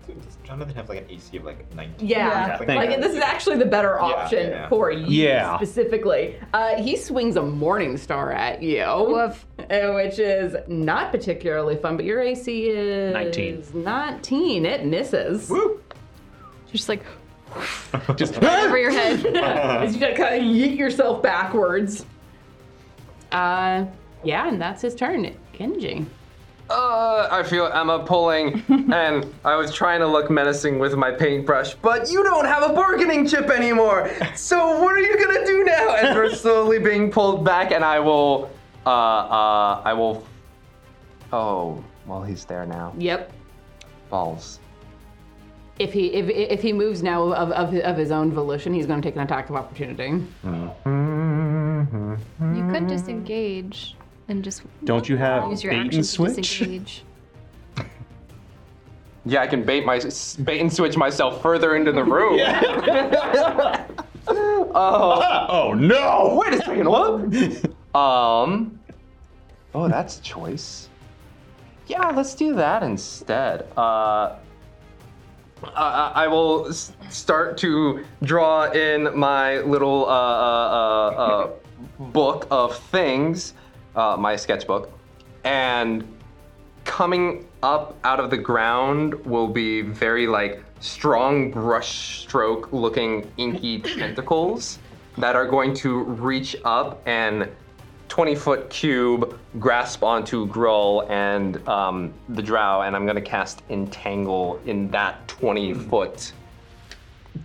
Speaker 7: Does Jonathan have like an AC of like 19?
Speaker 2: Yeah,
Speaker 7: Something
Speaker 2: like
Speaker 7: that?
Speaker 2: this is actually the better
Speaker 7: Yeah,
Speaker 2: option
Speaker 7: yeah.
Speaker 2: for you
Speaker 7: Yeah.
Speaker 2: specifically. Uh, he swings a morning star at you, uh, which is not particularly fun. But your AC is
Speaker 11: 19.
Speaker 2: 19. It misses.
Speaker 3: Just like
Speaker 11: Just
Speaker 3: over your head.
Speaker 2: As you kind of yeet yourself backwards. Uh, yeah, and that's his turn. Genji.
Speaker 10: Uh, I feel Emma pulling, and I was trying to look menacing with my paintbrush, but you don't have a bargaining chip anymore. So what are you gonna do now? And we're slowly being pulled back, and I will, uh, uh, I will. Oh, well, he's there now.
Speaker 2: Yep.
Speaker 10: Balls.
Speaker 2: If he if if he moves now of of, of his own volition, he's going to take an attack of opportunity.
Speaker 3: You could disengage and just
Speaker 10: Don't you have
Speaker 3: use your
Speaker 10: bait and
Speaker 3: action to
Speaker 10: switch?
Speaker 3: disengage.
Speaker 10: Yeah, I can bait my bait and switch myself further into the room. oh.
Speaker 11: oh no!
Speaker 10: Wait a second. What? um. Oh, that's a choice. Yeah, let's do that instead. Uh. I, I I will s- start to draw in my little uh, uh, uh, uh, book of things, uh, my sketchbook, and coming up out of the ground will be very like strong brush stroke looking inky tentacles that are going to reach up and 20 foot cube grasp onto Grull and um, the drow, and I'm going to cast Entangle in that 20 foot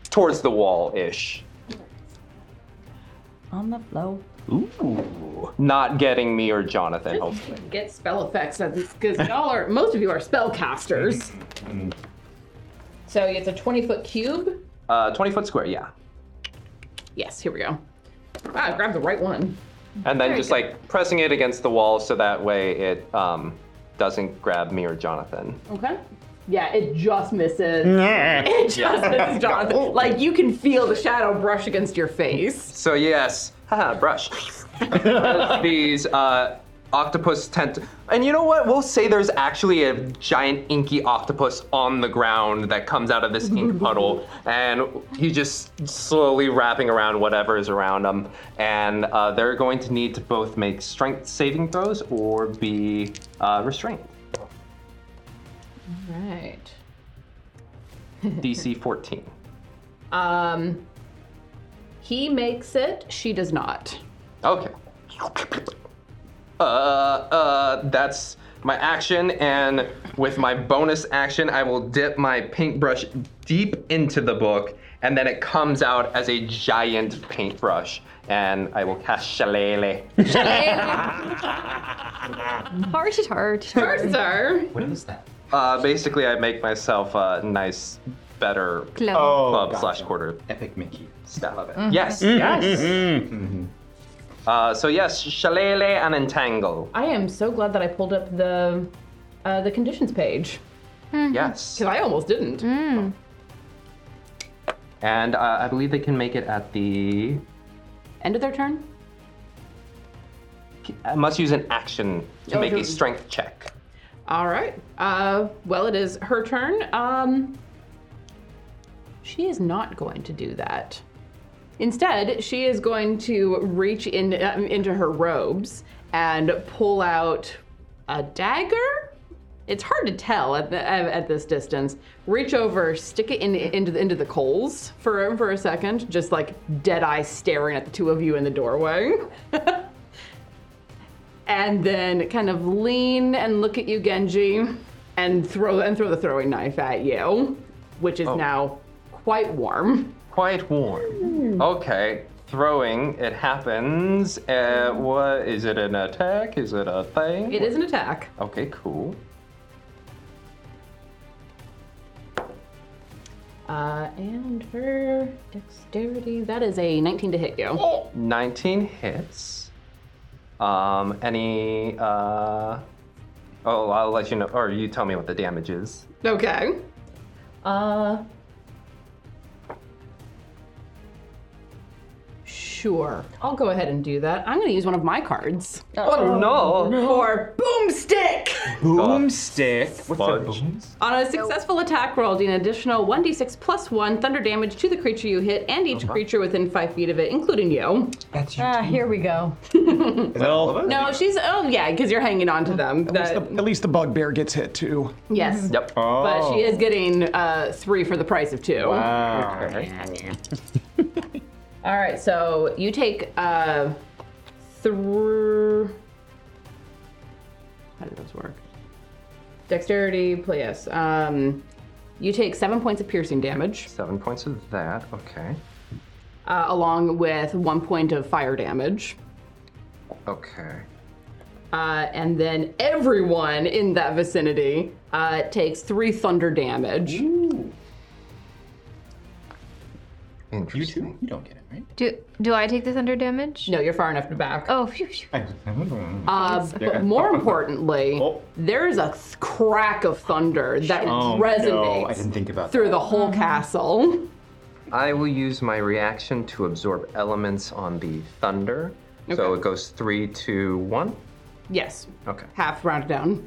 Speaker 10: towards the wall ish.
Speaker 8: On the flow.
Speaker 10: Ooh. Not getting me or Jonathan, hopefully.
Speaker 2: Get spell effects because y'all are most of you are spellcasters. So it's a twenty foot cube.
Speaker 10: Uh, 20 foot square, yeah.
Speaker 2: Yes, here we go. Ah, grab the right one.
Speaker 10: And then just like pressing it against the wall so that way it um, doesn't grab me or Jonathan.
Speaker 2: Okay. Yeah, it just misses. Oh.
Speaker 10: Yeah.
Speaker 2: It just
Speaker 10: Yeah.
Speaker 2: misses Jonathan. Like you can feel the shadow brush against your face.
Speaker 10: So yes, haha, brush. These uh, octopus tent. And you know what? We'll say there's actually a giant inky octopus on the ground that comes out of this ink puddle, and he's just slowly wrapping around whatever is around him. And uh, they're going to need to both make strength saving throws or be uh, restrained.
Speaker 2: All right.
Speaker 10: DC 14.
Speaker 2: Um, he makes it. She does not.
Speaker 10: Okay. Uh, uh, that's my action, and with my bonus action, I will dip my paintbrush deep into the book, and then it comes out as a giant paintbrush, and I will cast Shillelagh.
Speaker 3: Heart is hard.
Speaker 2: Heart sir.
Speaker 10: What is that? Uh, basically, I make myself a nice, better
Speaker 3: Club.
Speaker 11: Oh,
Speaker 10: club
Speaker 11: gotcha.
Speaker 10: slash quarter.
Speaker 11: Epic Mickey.
Speaker 10: Style of it.
Speaker 11: Mhm.
Speaker 10: Yes,
Speaker 11: Mhm,
Speaker 10: yes.
Speaker 11: mhm,
Speaker 10: Uh, so yes, Shillelagh and Entangle.
Speaker 2: I am so glad that I pulled up the uh, the conditions page.
Speaker 10: Yes.
Speaker 2: Because I almost didn't.
Speaker 10: And uh, I believe they can make it at the.
Speaker 2: End of their turn.
Speaker 10: I must use an action to
Speaker 2: Oh,
Speaker 10: make
Speaker 2: do-
Speaker 10: a strength check.
Speaker 2: All right. Uh, well, it is her turn. Um, she is not going to do that. Instead, she is going to reach in, um, into her robes and pull out a dagger. It's hard to tell at, the, at at this distance. Reach over, stick it in, into the, into the coals for for a second, just like dead eye staring at the two of you in the doorway and then kind of lean and look at you, Genji, and throw and throw the throwing knife at you, which is now quite warm.
Speaker 10: Quite warm. Okay, throwing. It happens. Uh, what is it? An attack? Is it a thing?
Speaker 2: It is an attack.
Speaker 10: Okay, cool.
Speaker 2: Uh, and her dexterity. That is a 19 to hit you.
Speaker 10: 19 hits. Um, any. Uh, oh, I'll let you know. Or you tell me what the damage is.
Speaker 2: Okay. Uh. Sure. I'll go ahead and do that. I'm going to use one of my cards.
Speaker 10: Oh, no. no.
Speaker 2: Or boomstick.
Speaker 7: Boomstick. What's that? Booms?
Speaker 2: On a successful attack roll, do an additional 1d6 plus 1 thunder damage to the creature you hit and each
Speaker 7: Okay.
Speaker 2: creature within 5 feet of it, including you.
Speaker 7: That's
Speaker 8: Ah, here we go.
Speaker 7: Well,
Speaker 2: No, she's. Oh, yeah, because you're hanging on to
Speaker 12: At
Speaker 2: them. Oh. That-
Speaker 12: least, the, at least the bugbear gets hit too.
Speaker 2: yes.
Speaker 10: Yep.
Speaker 2: But she is getting uh, 3 for the price of 2. All right, so you take uh, through. How did those work? Dexterity, pl- yes. Um, you take seven points of piercing damage,
Speaker 10: Seven points of that. Okay.
Speaker 2: uh, along with one point of fire damage,
Speaker 10: Okay.
Speaker 2: uh, and then everyone in that vicinity uh, takes three thunder damage.
Speaker 10: You too?
Speaker 11: You don't get it, right?
Speaker 3: Do do I take the thunder damage?
Speaker 2: No, you're far enough back.
Speaker 3: Oh, phew, phew.
Speaker 2: Uh, but more importantly,
Speaker 10: Oh.
Speaker 2: there is a th- crack of thunder that resonates
Speaker 10: think about
Speaker 2: through the whole castle.
Speaker 10: I will use my reaction to absorb elements on the thunder. So it goes three, two, one.
Speaker 2: Yes.
Speaker 10: Okay.
Speaker 2: Half rounded down.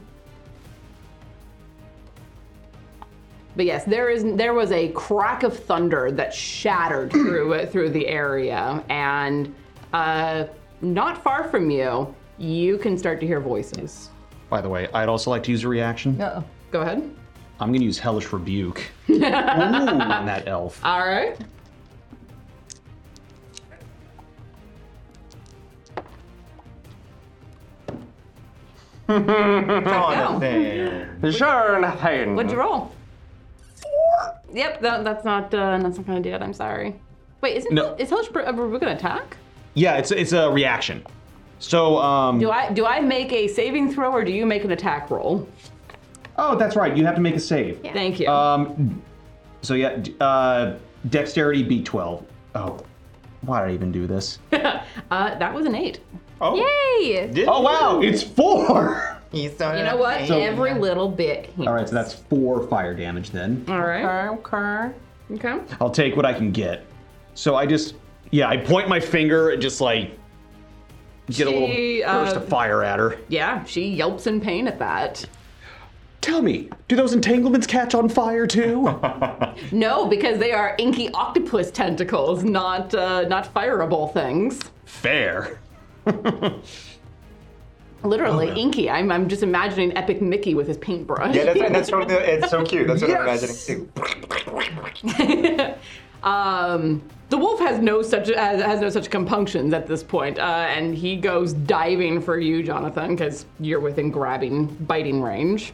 Speaker 2: But yes, there is there was a crack of thunder that shattered through it through the area, and uh, not far from you, you can start to hear voices.
Speaker 6: By the way, I'd also like to use a reaction.
Speaker 2: No. Go ahead.
Speaker 6: I'm going to use Hellish Rebuke on that elf.
Speaker 2: All right.
Speaker 10: Jonathan. Jonathan.
Speaker 2: What'd you roll? Four. Yep, that, that's not uh, that's not gonna do it. I'm sorry. Wait, isn't
Speaker 6: No.
Speaker 2: is Hellish Br- a Rubik an attack?
Speaker 6: Yeah, it's it's a reaction. So um,
Speaker 2: Do I do I make a saving throw or do you make an attack roll?
Speaker 6: Oh, that's right. You have to make a save.
Speaker 2: Thank you.
Speaker 6: Um, so yeah, d- uh, dexterity B12. Oh, why did I even do this?
Speaker 2: Uh, that was an eight.
Speaker 6: Oh.
Speaker 3: Yay!
Speaker 6: oh wow, it's four.
Speaker 2: You
Speaker 8: Uh,
Speaker 2: know what?
Speaker 6: So-
Speaker 2: Every little bit.
Speaker 6: All right, so that's four fire damage then.
Speaker 2: All right. Okay. Okay. Okay.
Speaker 6: I'll take what I can get. So I just, yeah, I point my finger at just like get a
Speaker 2: She,
Speaker 6: little burst
Speaker 2: uh,
Speaker 6: of fire at her.
Speaker 2: Yeah, she yelps in pain at that.
Speaker 6: Tell me, do those entanglements catch on fire too?
Speaker 2: No, because they are inky octopus tentacles, not uh, not fireable things.
Speaker 6: Fair.
Speaker 2: Literally inky. I'm, I'm just imagining Epic Mickey with his paintbrush.
Speaker 7: Yeah, that's, and that's totally, it's so cute. That's what I'm imagining too.
Speaker 2: Um, the wolf has no such has, has no such compunctions at this point, uh, and he goes diving for you, Jonathan, because you're within grabbing, biting range.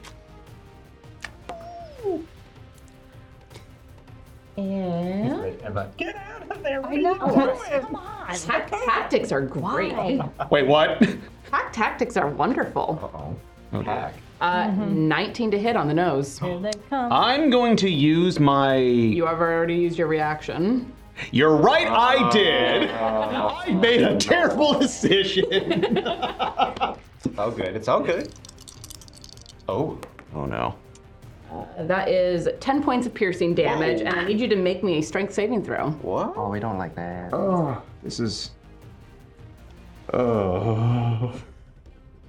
Speaker 5: Yeah.
Speaker 11: I'm like, get out of there.
Speaker 5: I know.
Speaker 2: Come on. tactics are great.
Speaker 6: Wait, what?
Speaker 2: Pack tactics are wonderful.
Speaker 6: Okay.
Speaker 2: Uh, 19 to hit on the nose. Here they come.
Speaker 6: I'm going to use my. You
Speaker 2: have already used your reaction.
Speaker 6: You're right, I did. I made a terrible decision.
Speaker 7: It's all good. It's all good. Oh.
Speaker 6: Oh no.
Speaker 2: That is 10 points of piercing damage,
Speaker 10: Whoa.
Speaker 2: and I need you to make me a strength saving throw.
Speaker 7: What?
Speaker 10: Oh, we don't like that.
Speaker 6: Ah,
Speaker 2: Oh.
Speaker 10: This is. Oh.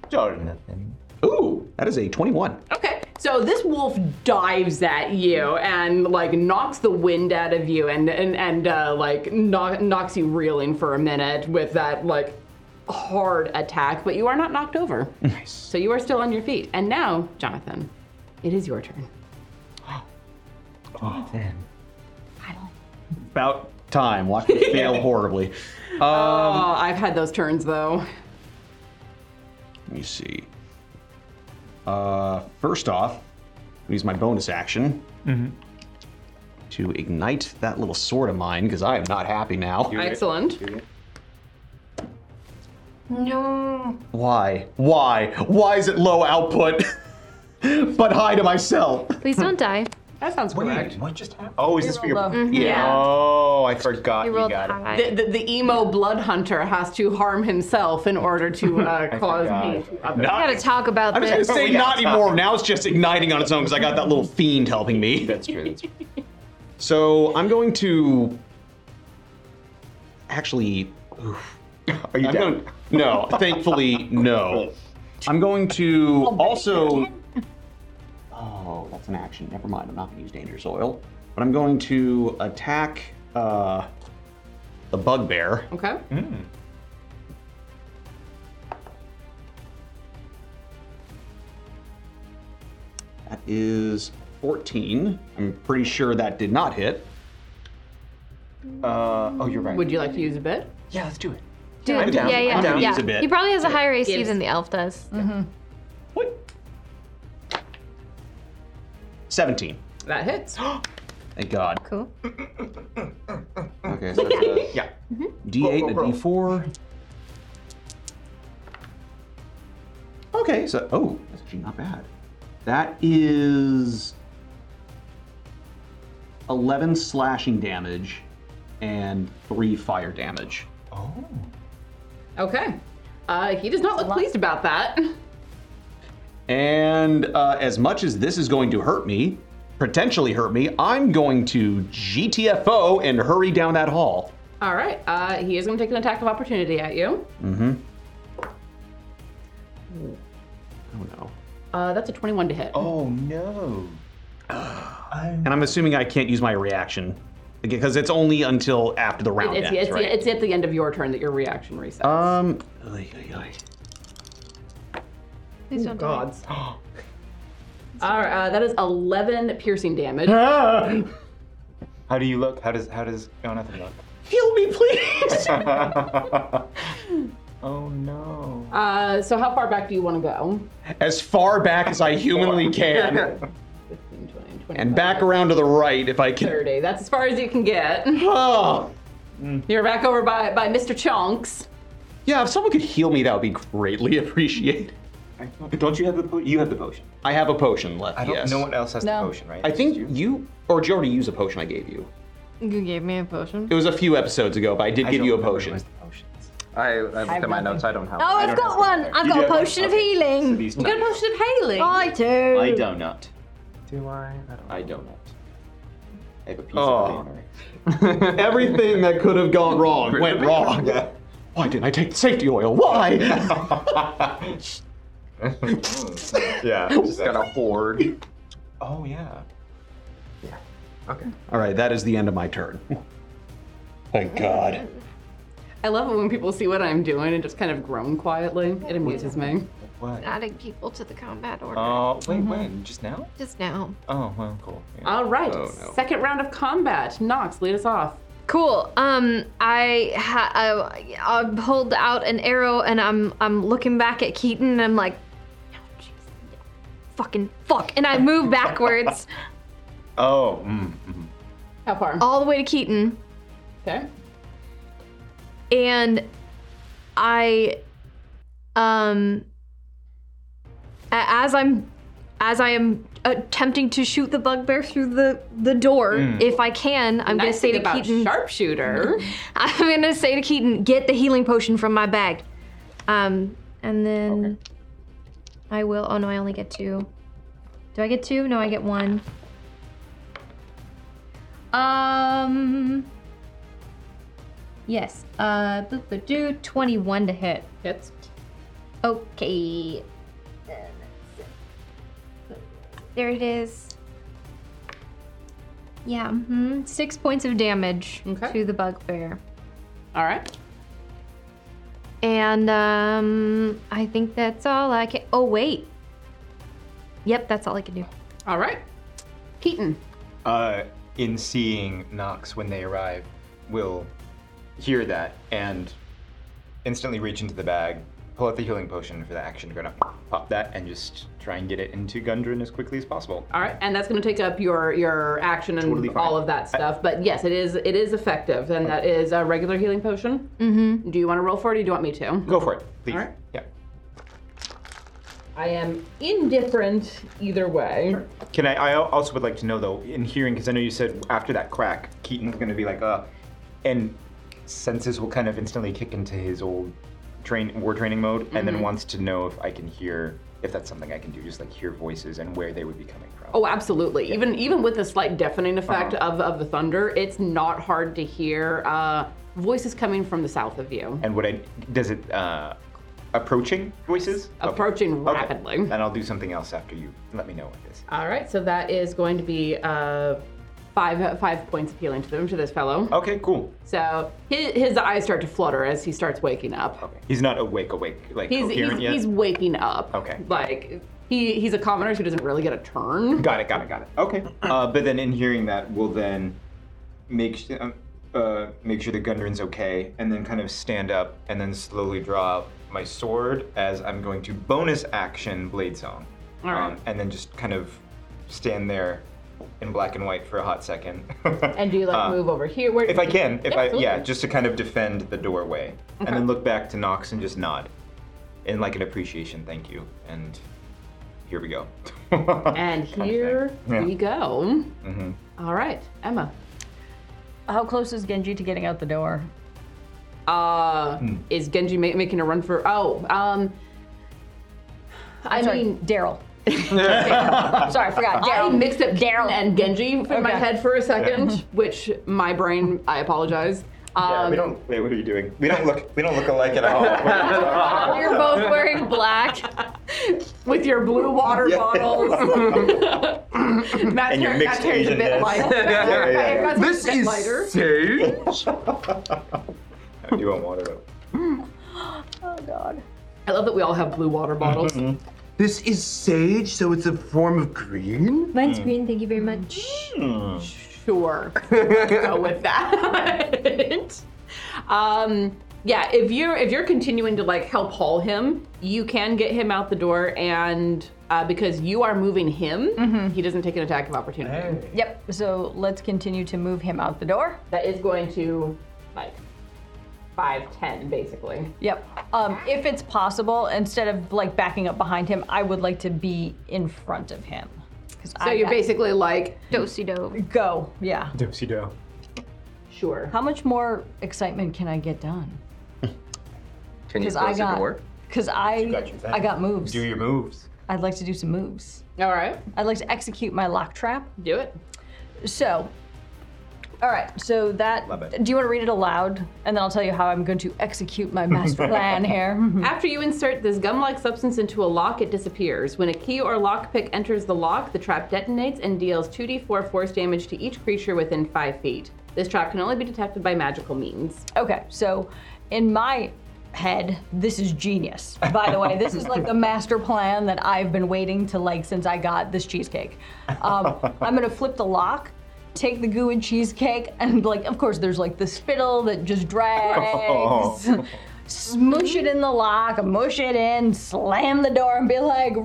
Speaker 7: Jonathan.
Speaker 6: Ooh, that is a 21.
Speaker 2: Okay. So this wolf dives at you and like knocks the wind out of you and and, and uh, like knock, knocks you reeling for a minute with that like hard attack, but you are not knocked over. Nice. So you are still on your feet. And now, Jonathan, it is your turn.
Speaker 6: Oh, damn. About time. Watch me fail horribly.
Speaker 2: oh, I've had those turns though.
Speaker 6: Let me see. Uh, first off, I'm gonna use my bonus action
Speaker 1: Mhm.
Speaker 6: to ignite that little sword of mine because I am not happy now.
Speaker 2: Excellent.
Speaker 3: No.
Speaker 6: Why? Why? Why is it low output, but high to myself?
Speaker 3: Please don't die.
Speaker 2: That sounds
Speaker 7: correct. What just happened? Oh, is
Speaker 3: We
Speaker 7: this for your?
Speaker 3: rolled low. Mhm.
Speaker 7: Yeah.
Speaker 3: Yeah.
Speaker 7: Oh, I forgot.
Speaker 2: You
Speaker 7: You,
Speaker 2: rolled
Speaker 7: got
Speaker 2: high.
Speaker 7: it.
Speaker 2: The, the, the emo blood hunter has to harm himself in order to uh, cause me.
Speaker 6: Not-
Speaker 3: We gotta talk about
Speaker 6: I'm just gonna
Speaker 3: this.
Speaker 6: say not anymore. Now it's just igniting on its own because I got that little fiend helping me. That's true. That's true. So I'm going to actually. oof.
Speaker 7: Are you
Speaker 6: I'm
Speaker 7: down?
Speaker 6: going- no, thankfully no. I'm going to also. Oh, that's an action. Never mind. I'm not going to use dangerous oil, but I'm going to attack uh, the bugbear. Hmm.
Speaker 2: Okay.
Speaker 6: That is 14. I'm pretty sure that did not hit. Uh, oh, you're right.
Speaker 2: Would you like to use a bit?
Speaker 7: Yeah, let's do it.
Speaker 3: Dude,
Speaker 6: I'm down.
Speaker 3: yeah, yeah,
Speaker 6: I'm down.
Speaker 3: yeah.
Speaker 6: Use a bit.
Speaker 3: He probably has a higher AC
Speaker 6: Yes.
Speaker 3: than the elf does. Mm-hmm.
Speaker 6: 17.
Speaker 2: That hits.
Speaker 6: Thank God.
Speaker 3: Cool.
Speaker 6: Okay, so that's a yeah. D8 and a D4. Okay, so oh, that's actually not bad. That is 11 slashing damage and 3 fire damage.
Speaker 2: Okay. Uh, he does not look pleased about that.
Speaker 6: And uh, as much as this is going to hurt me, potentially hurt me, I'm going to GTFO and hurry down that hall.
Speaker 2: All right. Uh, he is going to take an attack of opportunity at you.
Speaker 6: Mm-hmm. Oh no.
Speaker 2: Uh, that's a 21 to hit.
Speaker 7: Oh no.
Speaker 6: And I'm assuming I can't use my reaction because it's only until after the round
Speaker 2: it's,
Speaker 6: ends,
Speaker 2: it's,
Speaker 6: right?
Speaker 2: it's at the end of your turn that your reaction resets.
Speaker 6: um. ay, ay, ay.
Speaker 3: Please
Speaker 2: Oh, gods. All right. Uh, that is 11 piercing damage.
Speaker 7: How do you look? How does how does Jonathan look?
Speaker 6: Heal me, please.
Speaker 7: oh no.
Speaker 2: Uh, so how far back do you want to go?
Speaker 6: As far back as I humanly can, and back around to the right if I can.
Speaker 2: 30. That's as far as you can get.
Speaker 6: Oh.
Speaker 2: You're back over by, by Mr. Chunks.
Speaker 6: Yeah, if someone could heal me, that would be greatly appreciated. Don't you have the po- you have the potion? I have a potion left.
Speaker 7: I don't-
Speaker 6: yes.
Speaker 7: no one else has the No. potion, right?
Speaker 6: I think you. or did you already use a potion I gave you?
Speaker 3: You gave me a potion.
Speaker 6: It was a few episodes ago, but I did give you a potion.
Speaker 10: I, I looked at my notes. I don't have.
Speaker 3: Oh,
Speaker 10: I
Speaker 3: I've
Speaker 10: don't
Speaker 3: got
Speaker 10: have
Speaker 3: one. I've
Speaker 10: You
Speaker 3: got a
Speaker 10: do?
Speaker 3: potion of healing.
Speaker 10: these
Speaker 3: You got a
Speaker 10: numbers.
Speaker 3: potion of healing? I do.
Speaker 11: I do not.
Speaker 10: Do I?
Speaker 11: I do not. I have a piece
Speaker 6: Oh. Everything that could have gone wrong went wrong. Why didn't I take the safety oil? Why?
Speaker 7: yeah,
Speaker 6: just got a hoard.
Speaker 7: Oh yeah.
Speaker 6: Okay. All right, that is the end of my turn. Thank God.
Speaker 2: I love it when people see what I'm doing and just kind of groan quietly. It amuses me.
Speaker 7: What?
Speaker 3: Adding people to the combat order.
Speaker 7: Oh, wait,
Speaker 2: Mm-hmm.
Speaker 7: when? Just now?
Speaker 3: Just now.
Speaker 7: Oh, well, cool. Yeah.
Speaker 2: All right,
Speaker 7: Oh, no.
Speaker 2: second round of combat. Knox, lead us off.
Speaker 3: Cool. Um, I, ha- I I hold out an arrow and I'm I'm looking back at Keaton and I'm like, no, jeez, fucking fuck, and I move backwards
Speaker 7: Oh, mm, mm.
Speaker 2: How far?
Speaker 3: all the way to Keaton
Speaker 2: Okay.
Speaker 3: and I um a- as I'm as I am attempting to shoot the bugbear through the the door
Speaker 2: Mm.
Speaker 3: if I can, I'm gonna
Speaker 2: Nice
Speaker 3: say
Speaker 2: thing
Speaker 3: to
Speaker 2: about
Speaker 3: Keaton
Speaker 2: sharpshooter.
Speaker 3: I'm gonna say to Keaton, get the healing potion from my bag. Um, and then I will. Oh no, I only get two. Do I get two? No, I get one.
Speaker 5: Um. Yes. Uh, boop, boop, do 21 to hit.
Speaker 2: Hits.
Speaker 5: Okay.
Speaker 3: There it is. Yeah. mhm. Six points of damage to the bugbear.
Speaker 2: All right.
Speaker 3: And um, I think that's all I can. Oh wait. Yep, that's all I can do.
Speaker 2: All right. Keaton.
Speaker 7: uh, in seeing Knox when they arrive, will hear that and instantly reach into the bag, pull out the healing potion for the action, gonna pop that and just try and get it into Gundren as quickly as possible.
Speaker 2: All right, and that's going to take up your your action and
Speaker 7: Totally fine.
Speaker 2: all of that stuff. but yes, it is it is effective, and that is a regular healing potion.
Speaker 3: Mm-hmm.
Speaker 2: Do you want to roll for it? Or do you want me to?
Speaker 7: Go for it, please.
Speaker 2: All right.
Speaker 7: Yeah.
Speaker 2: I am indifferent either way.
Speaker 7: Can I? I al- also would like to know though, in hearing, because I know you said after that crack, Keaton's gonna be like, uh, and senses will kind of instantly kick into his old train war training mode, and
Speaker 2: Mhm.
Speaker 7: then wants to know if I can hear, if that's something I can do, just like hear voices and where they would be coming from.
Speaker 2: Oh, absolutely. Even even with the slight deafening effect
Speaker 7: Uh-huh.
Speaker 2: of, of the thunder, it's not hard to hear uh, voices coming from the south of you.
Speaker 7: And what I does it uh, approaching voices?
Speaker 2: Approaching rapidly.
Speaker 7: And I'll do something else after you let me know what this.
Speaker 2: All right, so that is going to be uh, five five points of healing to them to this fellow.
Speaker 7: Okay, cool.
Speaker 2: So his, his eyes start to flutter as he starts waking up. Okay.
Speaker 7: He's not awake, awake, like
Speaker 2: He's
Speaker 7: coherent
Speaker 2: he's,
Speaker 7: yet.
Speaker 2: he's waking up.
Speaker 7: Oh, Okay.
Speaker 2: Like he he's a commoner who doesn't really get a turn.
Speaker 7: Got it, got it, got it. Okay. Uh, but then in hearing that, we'll then make su- um, uh, make sure the Gundren's okay, and then kind of stand up, and then slowly draw out my sword as I'm going to bonus action blade song, Um,
Speaker 2: All right.
Speaker 7: and then just kind of stand there in black and white for a hot second.
Speaker 2: and do you like
Speaker 7: Uh,
Speaker 2: move over here? Where,
Speaker 7: If I can, if I
Speaker 2: Absolutely.
Speaker 7: yeah, just to kind of defend the doorway,
Speaker 2: Okay.
Speaker 7: and then look back to Knox and just nod, in like an appreciation, thank you, and here we go.
Speaker 2: and here
Speaker 7: Yeah.
Speaker 2: we go.
Speaker 7: hmm
Speaker 2: All right, Emma.
Speaker 8: How close is Genji to getting out the door?
Speaker 2: Uh,
Speaker 7: Hmm.
Speaker 2: is Genji ma- making a run for? Oh, um, I mean
Speaker 8: Daryl.
Speaker 2: Sorry,
Speaker 8: I forgot.
Speaker 2: I
Speaker 8: Daryl.
Speaker 2: mixed up Daryl and Genji in my
Speaker 8: Okay.
Speaker 2: head for a second, which my brain. I apologize. Um,
Speaker 7: Yeah, we don't. Wait, what are you doing? We don't look. We don't look alike at all.
Speaker 3: You're both wearing black.
Speaker 2: with your blue water
Speaker 7: Yeah.
Speaker 2: bottles. Matt's
Speaker 7: And your
Speaker 2: hair-
Speaker 7: mixed
Speaker 2: Matt's hair's a bit
Speaker 7: Asian-ness.
Speaker 2: lighter.
Speaker 7: Yeah, yeah, yeah.
Speaker 2: Matt's hair's a
Speaker 7: This
Speaker 2: bit
Speaker 7: is
Speaker 2: lighter.
Speaker 7: you want water though?
Speaker 8: Oh god.
Speaker 2: I love that we all have blue water
Speaker 7: Mm-hmm.
Speaker 2: bottles.
Speaker 13: This is sage, so it's a form of green?
Speaker 3: Mine's green. Thank you very much.
Speaker 2: Sure. Go with that. um, yeah, if you're if you're continuing to like help haul him, you can get him out the door, and uh, because you are moving him, he doesn't take an attack of opportunity.
Speaker 8: Yep. So let's continue to move him out the door.
Speaker 2: That is going to like five ten basically.
Speaker 8: Yep. Um, if it's possible, instead of like backing up behind him, I would like to be in front of him. So
Speaker 2: So you're basically like
Speaker 3: dosey do.
Speaker 8: Go. Yeah.
Speaker 7: Dipsy do.
Speaker 2: Sure.
Speaker 8: How much more excitement can I get done?
Speaker 10: Can you
Speaker 8: Because I
Speaker 10: close the
Speaker 8: got.
Speaker 10: door?
Speaker 8: Because I I got moves.
Speaker 7: Do your moves.
Speaker 8: I'd like to do some moves.
Speaker 2: All right.
Speaker 8: I'd like to execute my lock trap.
Speaker 2: Do it.
Speaker 8: So, All right, so that.
Speaker 7: Love
Speaker 8: Do you want to read it aloud? And then I'll tell you how I'm going to execute my master plan here.
Speaker 2: After you insert this gum like substance into a lock, it disappears. When a key or lockpick enters the lock, the trap detonates and deals 2d4 force damage to each creature within 5 feet. This trap can only be detected by magical means.
Speaker 8: Okay, so in my head, this is genius. By the way, this is like the master plan that I've been waiting to like since I got this cheesecake. Um, I'm gonna flip the lock, take the goo and cheesecake, and like, of course, there's like the spittle that just drags. Smoosh it in the lock, mush it in, slam the door, and be like,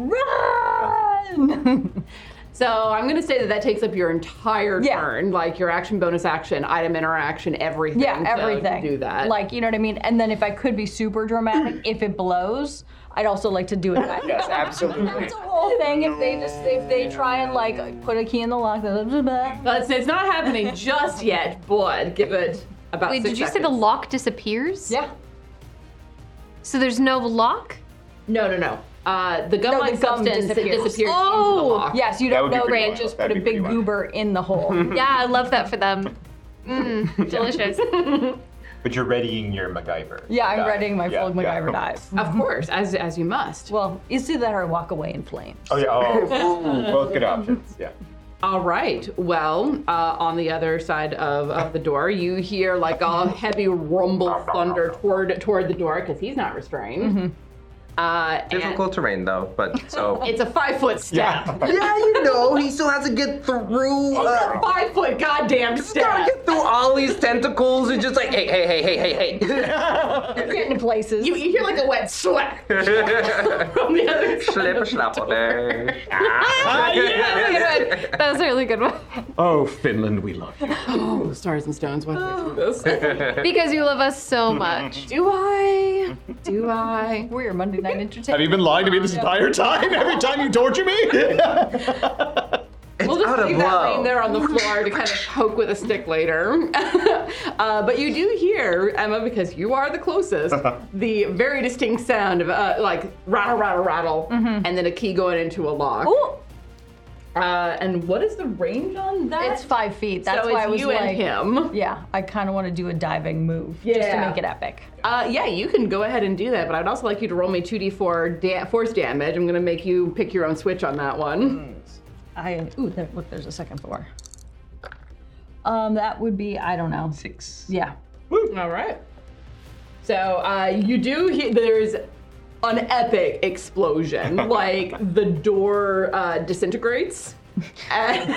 Speaker 8: run!
Speaker 2: so I'm gonna say that that takes up your entire turn, like your action, bonus action, item interaction, everything.
Speaker 8: Yeah,
Speaker 2: to-
Speaker 8: everything.
Speaker 2: To do that.
Speaker 8: Like, you know what I mean? And then if I could be super dramatic, if it blows, I'd also like to do it. back.
Speaker 11: Yes, absolutely.
Speaker 8: That's a whole thing. If they just if they try and like put a key in the lock, blah, blah, blah.
Speaker 2: But it's not happening just yet, but give it about
Speaker 3: Wait,
Speaker 2: six
Speaker 3: did you say the
Speaker 2: seconds.
Speaker 3: lock disappears?
Speaker 8: Yeah.
Speaker 3: So there's no lock?
Speaker 2: No, no, no. Uh, the gum like
Speaker 8: the gum
Speaker 2: substance that
Speaker 8: disappears.
Speaker 2: disappears into the
Speaker 8: Oh!
Speaker 2: lock.
Speaker 8: Yes, you That don't would be know, pretty they wild. just That'd put a be big pretty wild. goober in the hole.
Speaker 3: yeah, I love that for them. Mm, delicious.
Speaker 7: But you're readying your MacGyver.
Speaker 8: Yeah, I'm
Speaker 7: die.
Speaker 8: readying my
Speaker 7: Yeah,
Speaker 8: full
Speaker 7: yeah.
Speaker 8: MacGyver dive.
Speaker 2: Of course, as as you must.
Speaker 8: Well, it's either that or walk away in flames.
Speaker 7: Oh yeah. Oh, ooh, both good options. Yeah.
Speaker 2: All right. Well, uh, on the other side of, of the door, you hear like a heavy rumble thunder toward toward the door because he's not restrained. Uh, and
Speaker 10: Difficult terrain though, but so.
Speaker 2: It's a five foot step.
Speaker 10: Yeah.
Speaker 13: yeah, you know, he still has to get through. Uh,
Speaker 2: five foot goddamn step.
Speaker 10: Get through all these tentacles and just like, hey, hey, hey, hey, hey,
Speaker 8: Getting to places.
Speaker 2: You, you hear like a wet sweat.
Speaker 10: hey.
Speaker 2: From the other
Speaker 10: Slip a slapper there.
Speaker 3: That was a really good one.
Speaker 6: Ah, Oh, Finland, we love you.
Speaker 2: Oh, stars and stones. Why did I do this?
Speaker 3: Because you love us so much.
Speaker 2: Do I? Do I?
Speaker 8: We're your Monday night entertainment.
Speaker 4: Have you been lying to me this entire time? Every time you torture me?
Speaker 2: we'll just
Speaker 4: out of
Speaker 2: leave that
Speaker 4: love.
Speaker 2: laying there on the floor to kind of poke with a stick later. uh, but you do hear Emma because you are the closest. the very distinct sound of uh, like rattle, rattle, rattle,
Speaker 8: Mm-hmm.
Speaker 2: and then a key going into a lock. Uh, and what is the range on that?
Speaker 8: It's five feet. That's
Speaker 2: So
Speaker 8: why
Speaker 2: it's
Speaker 8: I was
Speaker 2: you
Speaker 8: like,
Speaker 2: and him.
Speaker 8: Yeah, I kind of want to do a diving move just to
Speaker 2: Yeah.
Speaker 8: make it epic.
Speaker 2: Uh, yeah, you can go ahead and do that, but I'd also like you to roll me 2d4 da- force damage. I'm going to make you pick your own switch on that one.
Speaker 8: I am. Ooh, there, look, there's a second floor. Um, that would be I don't know.
Speaker 10: Six.
Speaker 8: Yeah.
Speaker 2: All right. So uh, you do hear there's an epic explosion. like the door uh, disintegrates and-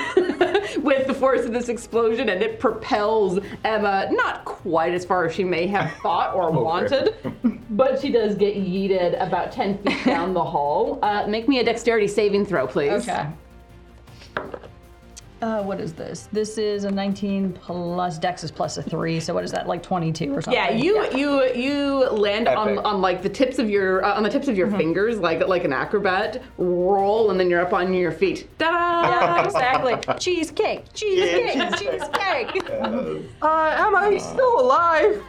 Speaker 2: with the force of this explosion, and it propels Emma not quite as far as she may have thought or wanted, but she does get yeeted about 10 feet down the hall. Uh, make me a dexterity saving throw, please.
Speaker 8: Okay. Uh, what is this? This is a 19 plus Dex is plus a three. So what is that? Like 22 or something?
Speaker 2: Yeah, you you you land on,
Speaker 8: Epic.
Speaker 2: on like the tips of your uh, on the tips of your fingers, like like an acrobat roll, and then you're up on your feet. Ta-da!
Speaker 8: Yeah, exactly. Cheesecake, cheesecake, cheesecake.
Speaker 10: Uh, am I still alive?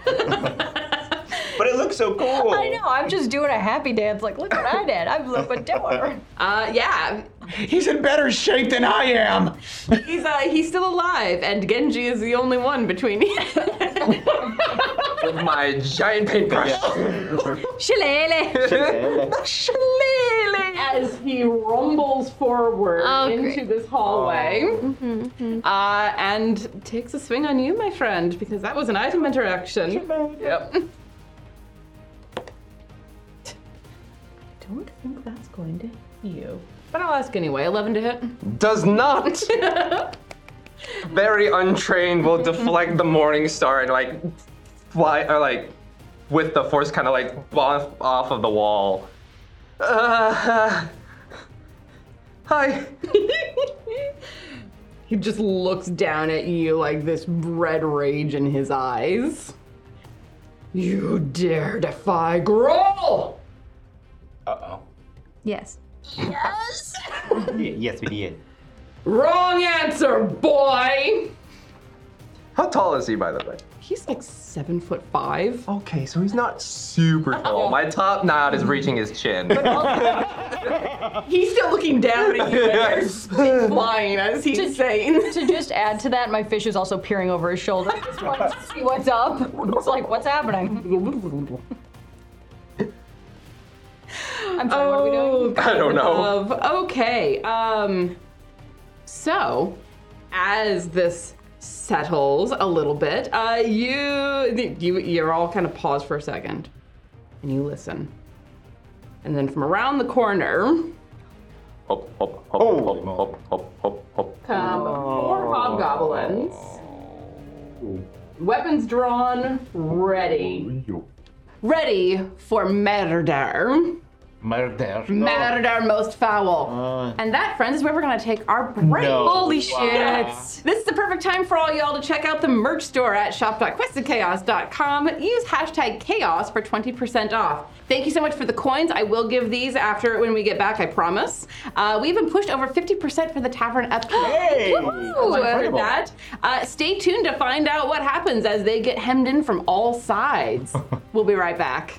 Speaker 7: But it looks so cool.
Speaker 8: I know. I'm just doing a happy dance. Like, look what I did. I'm a doer.
Speaker 2: Uh, yeah,
Speaker 13: He's in better shape than I am.
Speaker 2: he's uh, he's still alive, and Genji is the only one between.
Speaker 10: With my giant paintbrush.
Speaker 2: Shillelagh. As he rumbles forward
Speaker 3: Oh,
Speaker 2: into
Speaker 3: great.
Speaker 2: this hallway, uh, and takes a swing on you, my friend, because that was an item interaction. Yep. don't think that's going to hit you. But I'll ask anyway. 11 to hit.
Speaker 10: Does not. Very untrained will deflect the morning star and like fly or like with the force kind of like bounce off of the wall. Uh, hi.
Speaker 2: He just looks down at you like this red rage in his eyes. You dare defy Groll!
Speaker 7: Uh oh.
Speaker 3: Yes.
Speaker 8: Yes.
Speaker 7: yes, we did.
Speaker 2: Wrong answer, boy!
Speaker 10: How tall is he, by the way?
Speaker 2: He's like seven foot five.
Speaker 10: Okay, so he's not super tall. Oh, My top knot is reaching his chin.
Speaker 2: He's still looking down at you. and you're spit flying as he's
Speaker 8: To-
Speaker 2: saying.
Speaker 8: to just add to that, my fish is also peering over his shoulder. Just wants to see what's up. It's like, what's happening? I'm sorry, what are we
Speaker 2: Oh,
Speaker 8: doing?
Speaker 10: I don't know.
Speaker 2: Of- Okay. Um. So, as this settles a little bit, uh, you you you're all kind of paused for a second, and you listen, and then from around the corner
Speaker 10: Hop, hop, hop, hop, hop, hop, hop, hop.
Speaker 2: come
Speaker 10: Oh.
Speaker 2: four hobgoblins, weapons drawn, ready, ready for murder.
Speaker 11: Murder.
Speaker 2: Murder most foul. and that, friends, is where we're gonna take our break.
Speaker 11: Uh. No.
Speaker 2: Holy shit.
Speaker 11: Wow.
Speaker 2: This is the perfect time for all y'all to check out the merch store at shop.questofchaos.com. Use hashtag chaos for 20% off. Thank you so much for the coins. I will give these after when we get back, I promise. Uh, we even pushed over 50% for the tavern up. Hey!
Speaker 11: incredible.
Speaker 2: that. Uh, stay tuned to find out what happens as they get hemmed in from all sides. we'll be right back.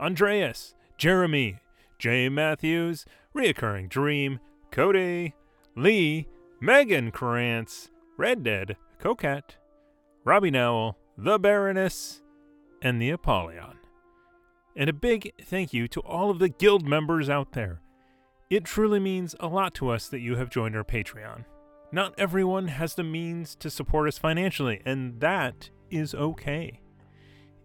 Speaker 1: Andreas, Jeremy, Jay Matthews, Reoccurring Dream, Cody, Lee, Megan Krantz, Red Dead, Coquette, Robbie Nowell, The Baroness, and the Apollyon. And a big thank you to all of the guild members out there. It truly means a lot to us that you have joined our Patreon. Not everyone has the means to support us financially, and that is okay.